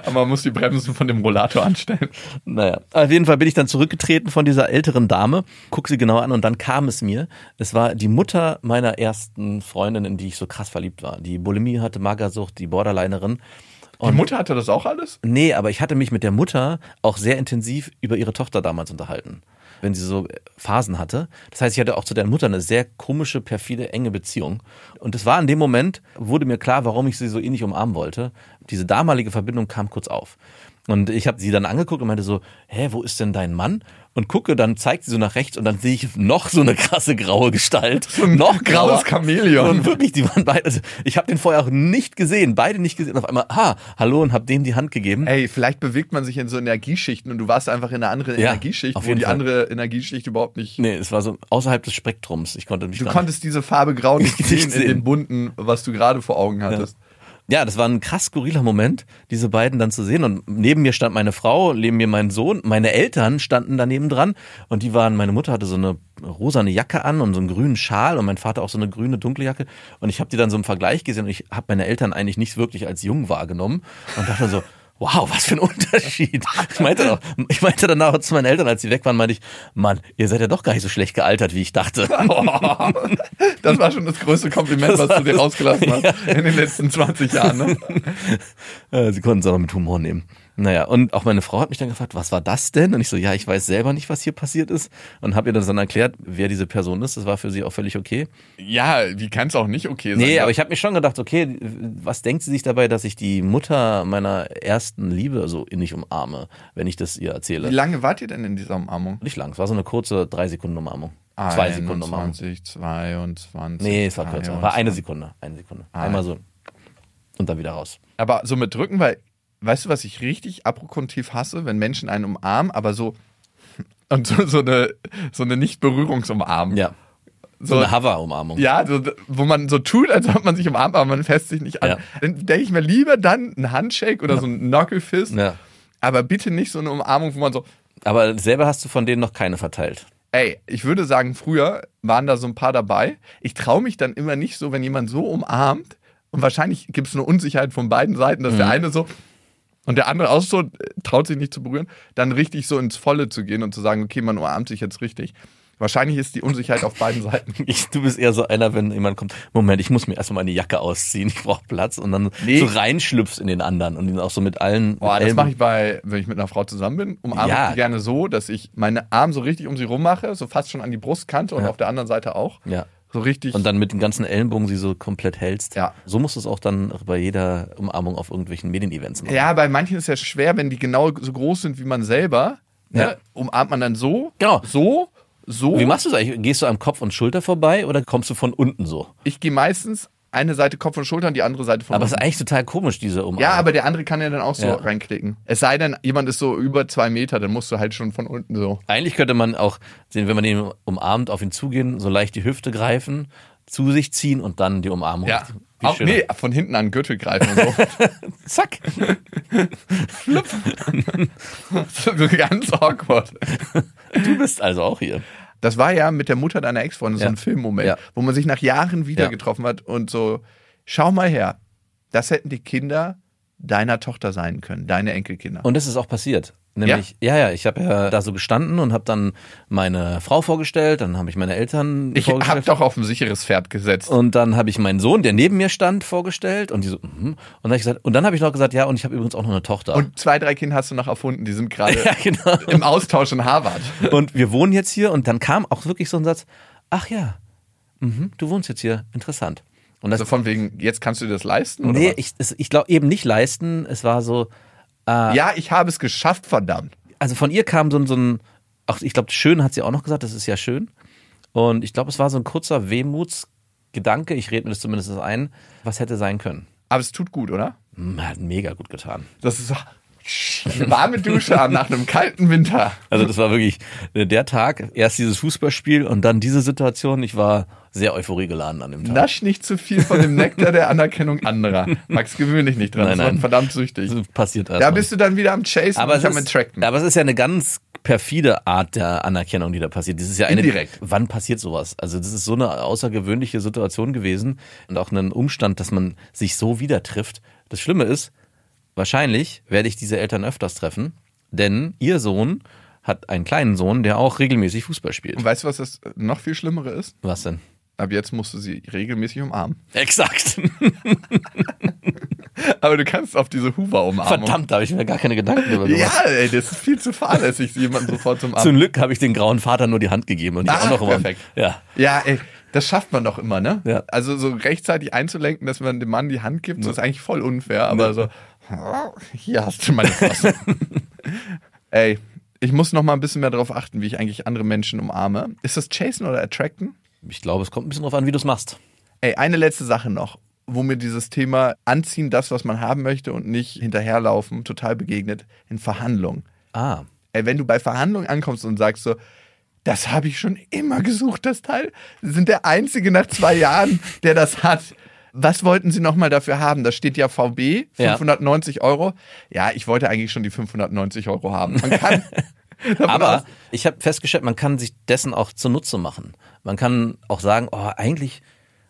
Aber man muss die Bremsen von dem Rollator anstellen. Naja, auf jeden Fall bin ich dann zurückgetreten von dieser älteren Dame, guck sie genau an und dann kam es mir. Es war die Mutter meiner ersten Freundin, in die ich so krass verliebt war. Die Bulimie hatte, Magersucht, die Borderlinerin. Die Mutter hatte das auch alles? Nee, aber ich hatte mich mit der Mutter auch sehr intensiv über ihre Tochter damals unterhalten, wenn sie so äh, Phasen hatte. Das heißt, ich hatte auch zu der Mutter eine sehr komische, perfide, enge Beziehung. Und es war in dem Moment, wurde mir klar, warum ich sie so eh nicht umarmen wollte. Diese damalige Verbindung kam kurz auf. Und Und ich habe sie dann angeguckt und meinte so, hä, wo ist denn dein Mann? Und gucke, dann zeigt sie so nach rechts und dann sehe ich noch so eine krasse graue Gestalt. noch grauer. graues Chamäleon. Und wirklich, die waren beide, also ich habe den vorher auch nicht gesehen, beide nicht gesehen. Und auf einmal, ha, hallo und hab dem die Hand gegeben. Ey, vielleicht bewegt man sich in so Energieschichten und du warst einfach in einer anderen Ja, Energieschicht, auf wo jeden die Fall. andere Energieschicht überhaupt nicht. Nee, es war so außerhalb des Spektrums. Ich konnte mich Du gar konntest diese Farbe grau nicht Nicht sehen in sehen. dem bunten, was du gerade vor Augen hattest. Ja, das war ein krass skurriler Moment, diese beiden dann zu sehen. Und neben mir stand meine Frau, neben mir mein Sohn, meine Eltern standen daneben dran. Und die waren, meine Mutter hatte so eine rosane Jacke an und so einen grünen Schal und mein Vater auch so eine grüne, dunkle Jacke. Und ich habe die dann so im Vergleich gesehen und ich habe meine Eltern eigentlich nicht wirklich als jung wahrgenommen und dachte so, wow, was für ein Unterschied. Ich meinte, auch, ich meinte danach zu meinen Eltern, als sie weg waren, meinte ich, Mann, ihr seid ja doch gar nicht so schlecht gealtert, wie ich dachte. Das war schon das größte Kompliment, was du dir rausgelassen hast in den letzten 20 Jahren. Ne? Äh, Sie konnten es aber mit Humor nehmen. Naja, und auch meine Frau hat mich dann gefragt, was war das denn? Und ich so, ja, ich weiß selber nicht, was hier passiert ist. Und habe ihr das dann erklärt, wer diese Person ist. Das war für sie auch völlig okay. Ja, wie kann es auch nicht okay sein? Nee, aber ich habe mir schon gedacht, okay, was denkt sie sich dabei, dass ich die Mutter meiner ersten Liebe so innig umarme, wenn ich das ihr erzähle? wie lange wart ihr denn in dieser Umarmung? Nicht lang, es war so eine kurze drei Sekunden Umarmung. Zwei Sekunden Umarmung. 21, 22. Nee, es war kürzer. War 23. eine Sekunde. Eine Sekunde. Einmal so. Und dann wieder raus. Aber so mit Drücken, weil, weißt du, was ich richtig abrokontiv hasse, wenn Menschen einen umarmen, aber so. Und so, so eine, so eine Nicht-Berührungsumarmung. Ja. So, eine Hover-Umarmung. Ja, so, wo man so tut, als ob man sich umarmt, aber man fasst sich nicht an. Ja. Dann denke ich mir lieber dann einen Handshake oder so einen Knuckle-Fist. Ja. Aber bitte nicht so eine Umarmung, wo man so, Aber selber hast du von denen noch keine verteilt. ey, ich würde sagen, früher waren da so ein paar dabei. Ich traue mich dann immer nicht so, wenn jemand so umarmt. Und wahrscheinlich gibt es eine Unsicherheit von beiden Seiten, dass der Mhm. eine so und der andere auch so äh, traut sich nicht zu berühren, dann richtig so ins Volle zu gehen und zu sagen, okay, man umarmt sich jetzt richtig. Wahrscheinlich ist die Unsicherheit auf beiden Seiten. Ich, du bist eher so einer, wenn jemand kommt, Moment, ich muss mir erstmal meine Jacke ausziehen, ich brauche Platz und dann Nee. so reinschlüpfst in den anderen und ihn auch so mit allen. Boah, mit das Elben- mache ich bei, wenn ich mit einer Frau zusammen bin, umarme Ja. ich die gerne so, dass ich meine Arme so richtig um sie rum mache, so fast schon an die Brustkante und auf der anderen Seite auch. Ja. So richtig. Und dann mit den ganzen Ellenbogen sie so komplett hältst. Ja. So musst du es auch dann bei jeder Umarmung auf irgendwelchen Medienevents machen. ja, bei manchen ist ja schwer, wenn die genau so groß sind wie man selber, Ja. ne, umarmt man dann so, Genau. so, so. Wie machst du das eigentlich? Gehst du am Kopf und Schulter vorbei oder kommst du von unten so? ich gehe meistens eine Seite Kopf und Schulter und die andere Seite von Aber es unten. ist eigentlich total komisch, diese Umarmung. Ja, aber der andere kann ja dann auch so Ja. reinklicken. Es sei denn, jemand ist so über zwei Meter, dann musst du halt schon von unten so. Eigentlich könnte man auch, sehen, wenn man den umarmt, auf ihn zugehen, so leicht die Hüfte greifen, zu sich ziehen und dann die Umarmung. Ja. Wie Auch, schön. nee, von hinten an den Gürtel greifen und so. Zack. so ganz awkward. Du bist also auch hier. Das war ja mit der Mutter deiner Ex-Freundin so Ja. ein Filmmoment, Ja. wo man sich nach Jahren wieder Ja. getroffen hat und so, schau mal her, das hätten die Kinder deiner Tochter sein können, deine Enkelkinder. Und das ist auch passiert. Nämlich, ja, ja, ich habe ja da so gestanden und habe dann meine Frau vorgestellt, dann habe ich meine Eltern ich hab vorgestellt. doch auf ein sicheres Pferd gesetzt. und dann habe ich meinen Sohn, der neben mir stand, vorgestellt und die so, mhm. und dann hab ich gesagt, und dann habe ich noch gesagt, ja, und ich habe übrigens auch noch eine Tochter. Und zwei, drei Kinder hast du noch erfunden, die sind gerade ja, genau. im Austausch in Harvard. Und wir wohnen jetzt hier und dann kam auch wirklich so ein Satz, ach ja, mhm, du wohnst jetzt hier, interessant. Und das, Also von wegen, jetzt kannst du dir das leisten? Oder nee, was? ich, es- ich glaube eben nicht leisten, es war so, ja, ich habe es geschafft, verdammt. also von ihr kam so ein, so ein ach, ich glaube, schön hat sie auch noch gesagt, das ist ja schön. Und ich glaube, es war so ein kurzer Wehmutsgedanke, ich rede mir das zumindest ein, was hätte sein können. Aber es tut gut, oder? Hm, Hat mega gut getan. Das ist so eine warme Dusche am- nach einem kalten Winter. Also das war wirklich äh, der Tag, erst dieses Fußballspiel und dann diese Situation. Ich war sehr euphoriegeladen an dem Tag. Nasch nicht zu viel von dem Nektar der Anerkennung anderer. Max, gewöhn dich nicht dran. Nein, das nein. Wird verdammt süchtig. Das passiert erst Da mal. bist du dann wieder am Chase aber es, und am ist, Attracten. aber es ist ja eine ganz perfide Art der Anerkennung, die da passiert. Das ist ja eine, Indirekt. Wann passiert sowas? Also das ist so eine außergewöhnliche Situation gewesen und auch ein Umstand, dass man sich so wieder trifft. Das Schlimme ist, wahrscheinlich werde ich diese Eltern öfters treffen, denn ihr Sohn hat einen kleinen Sohn, der auch regelmäßig Fußball Und spielt. weißt du, was das noch viel Schlimmere ist? Was denn? Ab jetzt musst du sie regelmäßig umarmen. Exakt. Aber du kannst auf diese Hoover umarmen. Verdammt, da habe ich mir gar keine Gedanken darüber gemacht. Ja, ey, das ist viel zu fahrlässig, jemanden sofort zum Zum Arm. Glück habe ich den grauen Vater nur die Hand gegeben und ich Ah, auch noch immer. perfekt. Ja. Ja, ey, das schafft man doch immer, ne? Ja. Also so rechtzeitig einzulenken, dass man dem Mann die Hand gibt, das ist eigentlich voll unfair, aber so, Hier hast du meine Flossen. Ey, ich muss noch mal ein bisschen mehr darauf achten, wie ich eigentlich andere Menschen umarme. Ist das Chasen oder Attracten? Ich glaube, es kommt ein bisschen drauf an, wie du es machst. Ey, eine letzte Sache noch, wo mir dieses Thema anziehen, das, was man haben möchte und nicht hinterherlaufen, total begegnet, in Verhandlungen. Ah. Ey, Äh, wenn du bei Verhandlungen ankommst und sagst so, das habe ich schon immer gesucht, das Teil. Sie sind der Einzige nach zwei Jahren, der das hat. Was wollten Sie nochmal dafür haben? Da steht ja VB, Ja. 590 Euro. Ja, ich wollte eigentlich schon die 590 Euro haben. Man kann. davon aus- Aber ich habe festgestellt, man kann sich dessen auch zunutze machen. Man kann auch sagen, oh, eigentlich,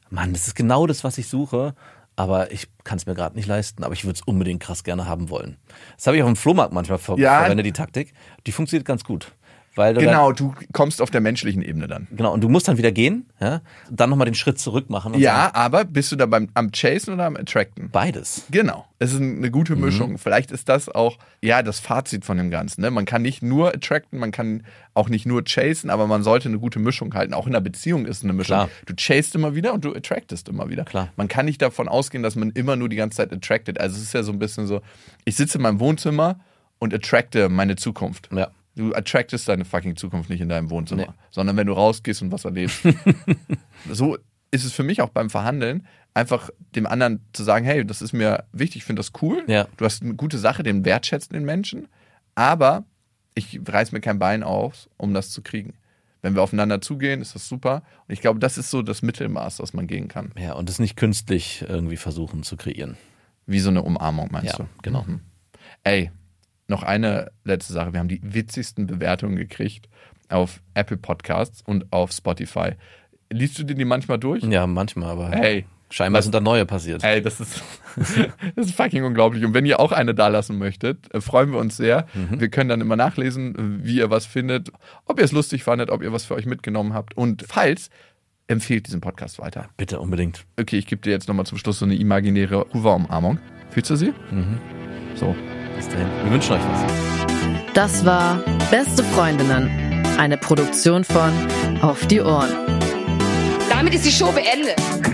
Mann, das ist genau das, was ich suche, aber ich kann es mir gerade nicht leisten, aber ich würde es unbedingt krass gerne haben wollen. Das habe ich auf dem Flohmarkt manchmal ver Ja. verwendet, die Taktik. Die funktioniert ganz gut. Weil du dann- Genau, du kommst auf der menschlichen Ebene dann. genau, und du musst dann wieder gehen, ja? dann nochmal den Schritt zurück machen. Und sagen, Ja, aber bist du da beim, am Chasen oder am Attracten? beides. Genau. Es ist eine gute Mhm. Mischung. Vielleicht ist das auch, ja, das Fazit von dem Ganzen. Ne? Man kann nicht nur attracten, man kann auch nicht nur chasen, aber man sollte eine gute Mischung halten. Auch in der Beziehung ist eine Mischung. Klar. Du chasest immer wieder und du attractest immer wieder. Klar. Man kann nicht davon ausgehen, dass man immer nur die ganze Zeit attracted. Also es ist ja so ein bisschen so, ich sitze in meinem Wohnzimmer und attracte meine Zukunft. Ja. Du attractest deine fucking Zukunft nicht in deinem Wohnzimmer, Nee. sondern wenn du rausgehst und was erlebst so ist es für mich auch beim Verhandeln, einfach dem anderen zu sagen, hey, das ist mir wichtig, ich finde das cool, Ja. du hast eine gute Sache, den wertschätzen den Menschen, aber ich reiß mir kein Bein aus, um das zu kriegen. Wenn wir aufeinander zugehen, ist das super. Und ich glaube, das ist so das Mittelmaß, das man gehen kann. Ja, und es nicht künstlich irgendwie versuchen zu kreieren. Wie so eine Umarmung, meinst Ja, du? genau. Mhm. Ey, noch eine letzte Sache. Wir haben die witzigsten Bewertungen gekriegt auf Apple Podcasts und auf Spotify. Liest du dir die manchmal durch? Ja, manchmal, aber Hey. scheinbar Was- sind da neue passiert. Ey, das ist, das ist fucking unglaublich. Und wenn ihr auch eine da lassen möchtet, äh, freuen wir uns sehr. Wir können dann immer nachlesen, wie ihr was findet, ob ihr es lustig fandet, ob ihr was für euch mitgenommen habt. Und falls, empfehlt diesen Podcast weiter. Bitte unbedingt. Okay, ich gebe dir jetzt nochmal zum Schluss so eine imaginäre Hoover-Umarmung. Fühlst du sie? So. Bis dahin. Wir wünschen euch was. Das war Beste Freundinnen, eine Produktion von Auf die Ohren. Damit ist Also, die Show beendet.